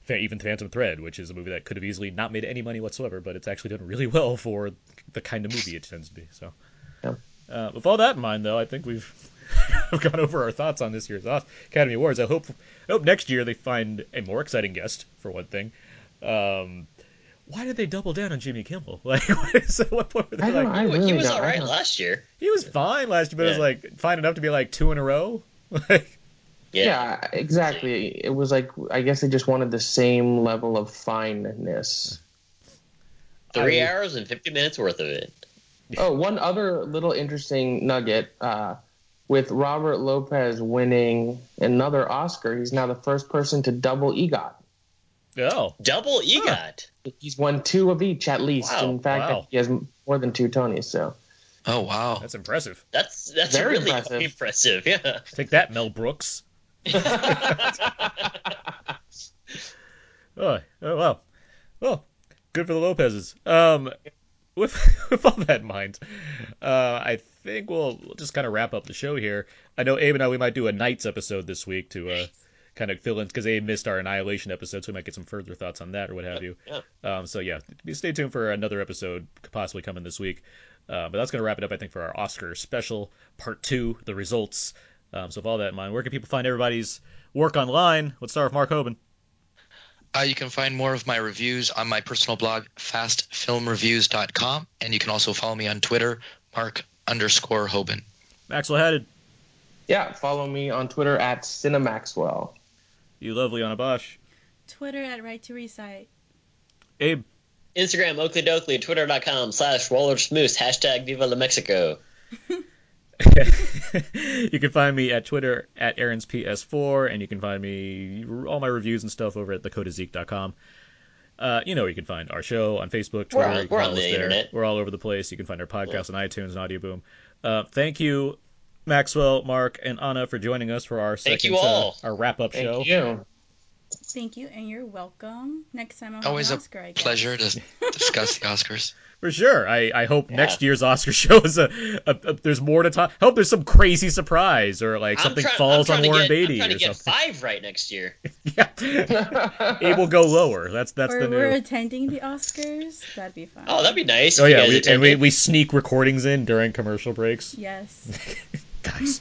Speaker 3: fa- Even Phantom Thread, which is a movie that could have easily not made any money whatsoever, but it's actually done really well for the kind of movie it tends to be. So,
Speaker 7: Yeah.
Speaker 3: Uh, with all that in mind, though, I think we've <laughs> have gone over our thoughts on this year's Os- Academy Awards. I hope I hope next year they find a more exciting guest for one thing. Um, why did they double down on Jimmy Kimmel? <laughs> Like, what is, at what point were
Speaker 7: I
Speaker 3: they
Speaker 7: don't.
Speaker 3: like,
Speaker 7: I
Speaker 4: he
Speaker 7: really
Speaker 4: was
Speaker 7: don't.
Speaker 4: all
Speaker 7: I
Speaker 4: right
Speaker 7: don't-
Speaker 4: last year.
Speaker 3: he was fine last year, but it
Speaker 4: Yeah.
Speaker 3: was like fine enough to be like two in a row. Like,
Speaker 4: Yeah.
Speaker 7: yeah, exactly. It was like I guess they just wanted the same level of fineness.
Speaker 4: Three
Speaker 3: I-
Speaker 4: hours and 50 minutes worth of it.
Speaker 7: Oh, one other little interesting nugget uh, with Robert Lopez winning another Oscar, he's now the first person to double EGOT.
Speaker 3: oh,
Speaker 4: Double E EGOT.
Speaker 7: He's won two of each at least.
Speaker 4: Wow,
Speaker 7: In fact,
Speaker 3: wow.
Speaker 7: he has more than two Tonys. So
Speaker 5: Oh wow!
Speaker 3: that's impressive.
Speaker 4: That's that's
Speaker 7: Very
Speaker 4: really
Speaker 7: impressive.
Speaker 4: impressive. <laughs> Yeah.
Speaker 3: Take that, Mel Brooks. oh, oh wow. Well, Oh, good for the Lopez's. Um, with <laughs> with all that in mind, uh, I think we'll, we'll just kind of wrap up the show here. I know Abe and I we might do a nights episode this week to uh, kind of fill in because Abe missed our annihilation episode, so we might get some further thoughts on that or what have you.
Speaker 4: Yeah.
Speaker 3: Um, so yeah, stay tuned for another episode possibly coming this week. Uh, but that's going to wrap it up, I think, for our Oscar special part two, the results. Um, so with all that in mind, where can people find everybody's work online? Let's start with Mark Hoban.
Speaker 5: Uh, you can find more of my reviews on my personal blog, fastfilmreviews.com, and you can also follow me on Twitter, Mark underscore Hoban.
Speaker 3: Maxwell Haddad,
Speaker 7: yeah, follow me on Twitter at Cinemaxwell.
Speaker 3: you lovely Anna Bosch.
Speaker 6: Twitter at right to recite.
Speaker 3: Abe,
Speaker 4: Instagram, Oakley Doakley, twitter.com slash roller schmoose, hashtag Viva la Mexico.
Speaker 3: <laughs> you can find me at Twitter at Aaron's PS4, and you can find me all my reviews and stuff over at thecodazeek.com. Uh, you know where you can find our show on Facebook, Twitter.
Speaker 4: We're on-
Speaker 3: you can
Speaker 4: we're
Speaker 3: follow
Speaker 4: on the
Speaker 3: us there.
Speaker 4: internet.
Speaker 3: We're all over the place. You can find our podcast on iTunes and Audio Boom. Uh, thank you, Maxwell, Mark, and Anna for joining us for our second
Speaker 4: Thank you
Speaker 3: uh,
Speaker 4: all.
Speaker 3: our wrap up
Speaker 7: Thank
Speaker 3: show.
Speaker 7: you.
Speaker 6: Thank you, and you're welcome. Next time I'll have
Speaker 5: Always
Speaker 6: an
Speaker 5: a
Speaker 6: Oscar, I guess.
Speaker 5: pleasure to discuss the Oscars.
Speaker 3: For sure. I, I hope
Speaker 4: Yeah.
Speaker 3: next year's Oscar <laughs> show is a, a, a there's more to talk. I hope there's some crazy surprise or like something
Speaker 4: try-
Speaker 3: falls on
Speaker 4: I'm trying to
Speaker 3: Warren
Speaker 4: get,
Speaker 3: Beatty
Speaker 4: I'm trying
Speaker 3: or
Speaker 4: to get
Speaker 3: something.
Speaker 4: five right next year.
Speaker 3: it will go lower. That's that's
Speaker 6: Or
Speaker 3: the
Speaker 6: we're
Speaker 3: new.
Speaker 6: attending the Oscars. That'd be fun.
Speaker 4: Oh, that'd be nice.
Speaker 3: Oh
Speaker 4: if you
Speaker 3: yeah,
Speaker 4: guys
Speaker 3: we, and
Speaker 4: attend
Speaker 3: we,
Speaker 4: it.
Speaker 3: we sneak recordings in during commercial breaks.
Speaker 6: Yes.
Speaker 4: <laughs>
Speaker 3: Guys,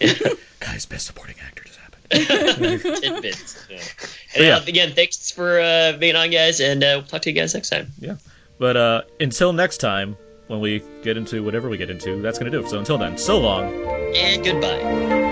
Speaker 3: guys, best supporting actor just happened. <laughs>
Speaker 4: tidbits. Yeah.
Speaker 3: But
Speaker 4: And
Speaker 3: Oh, yeah.
Speaker 4: uh, again, thanks for uh, being on, guys, and uh, we'll talk to you guys next time.
Speaker 3: But uh, until next time, when we get into whatever we get into, that's gonna do it. So until then, so long.
Speaker 4: And goodbye.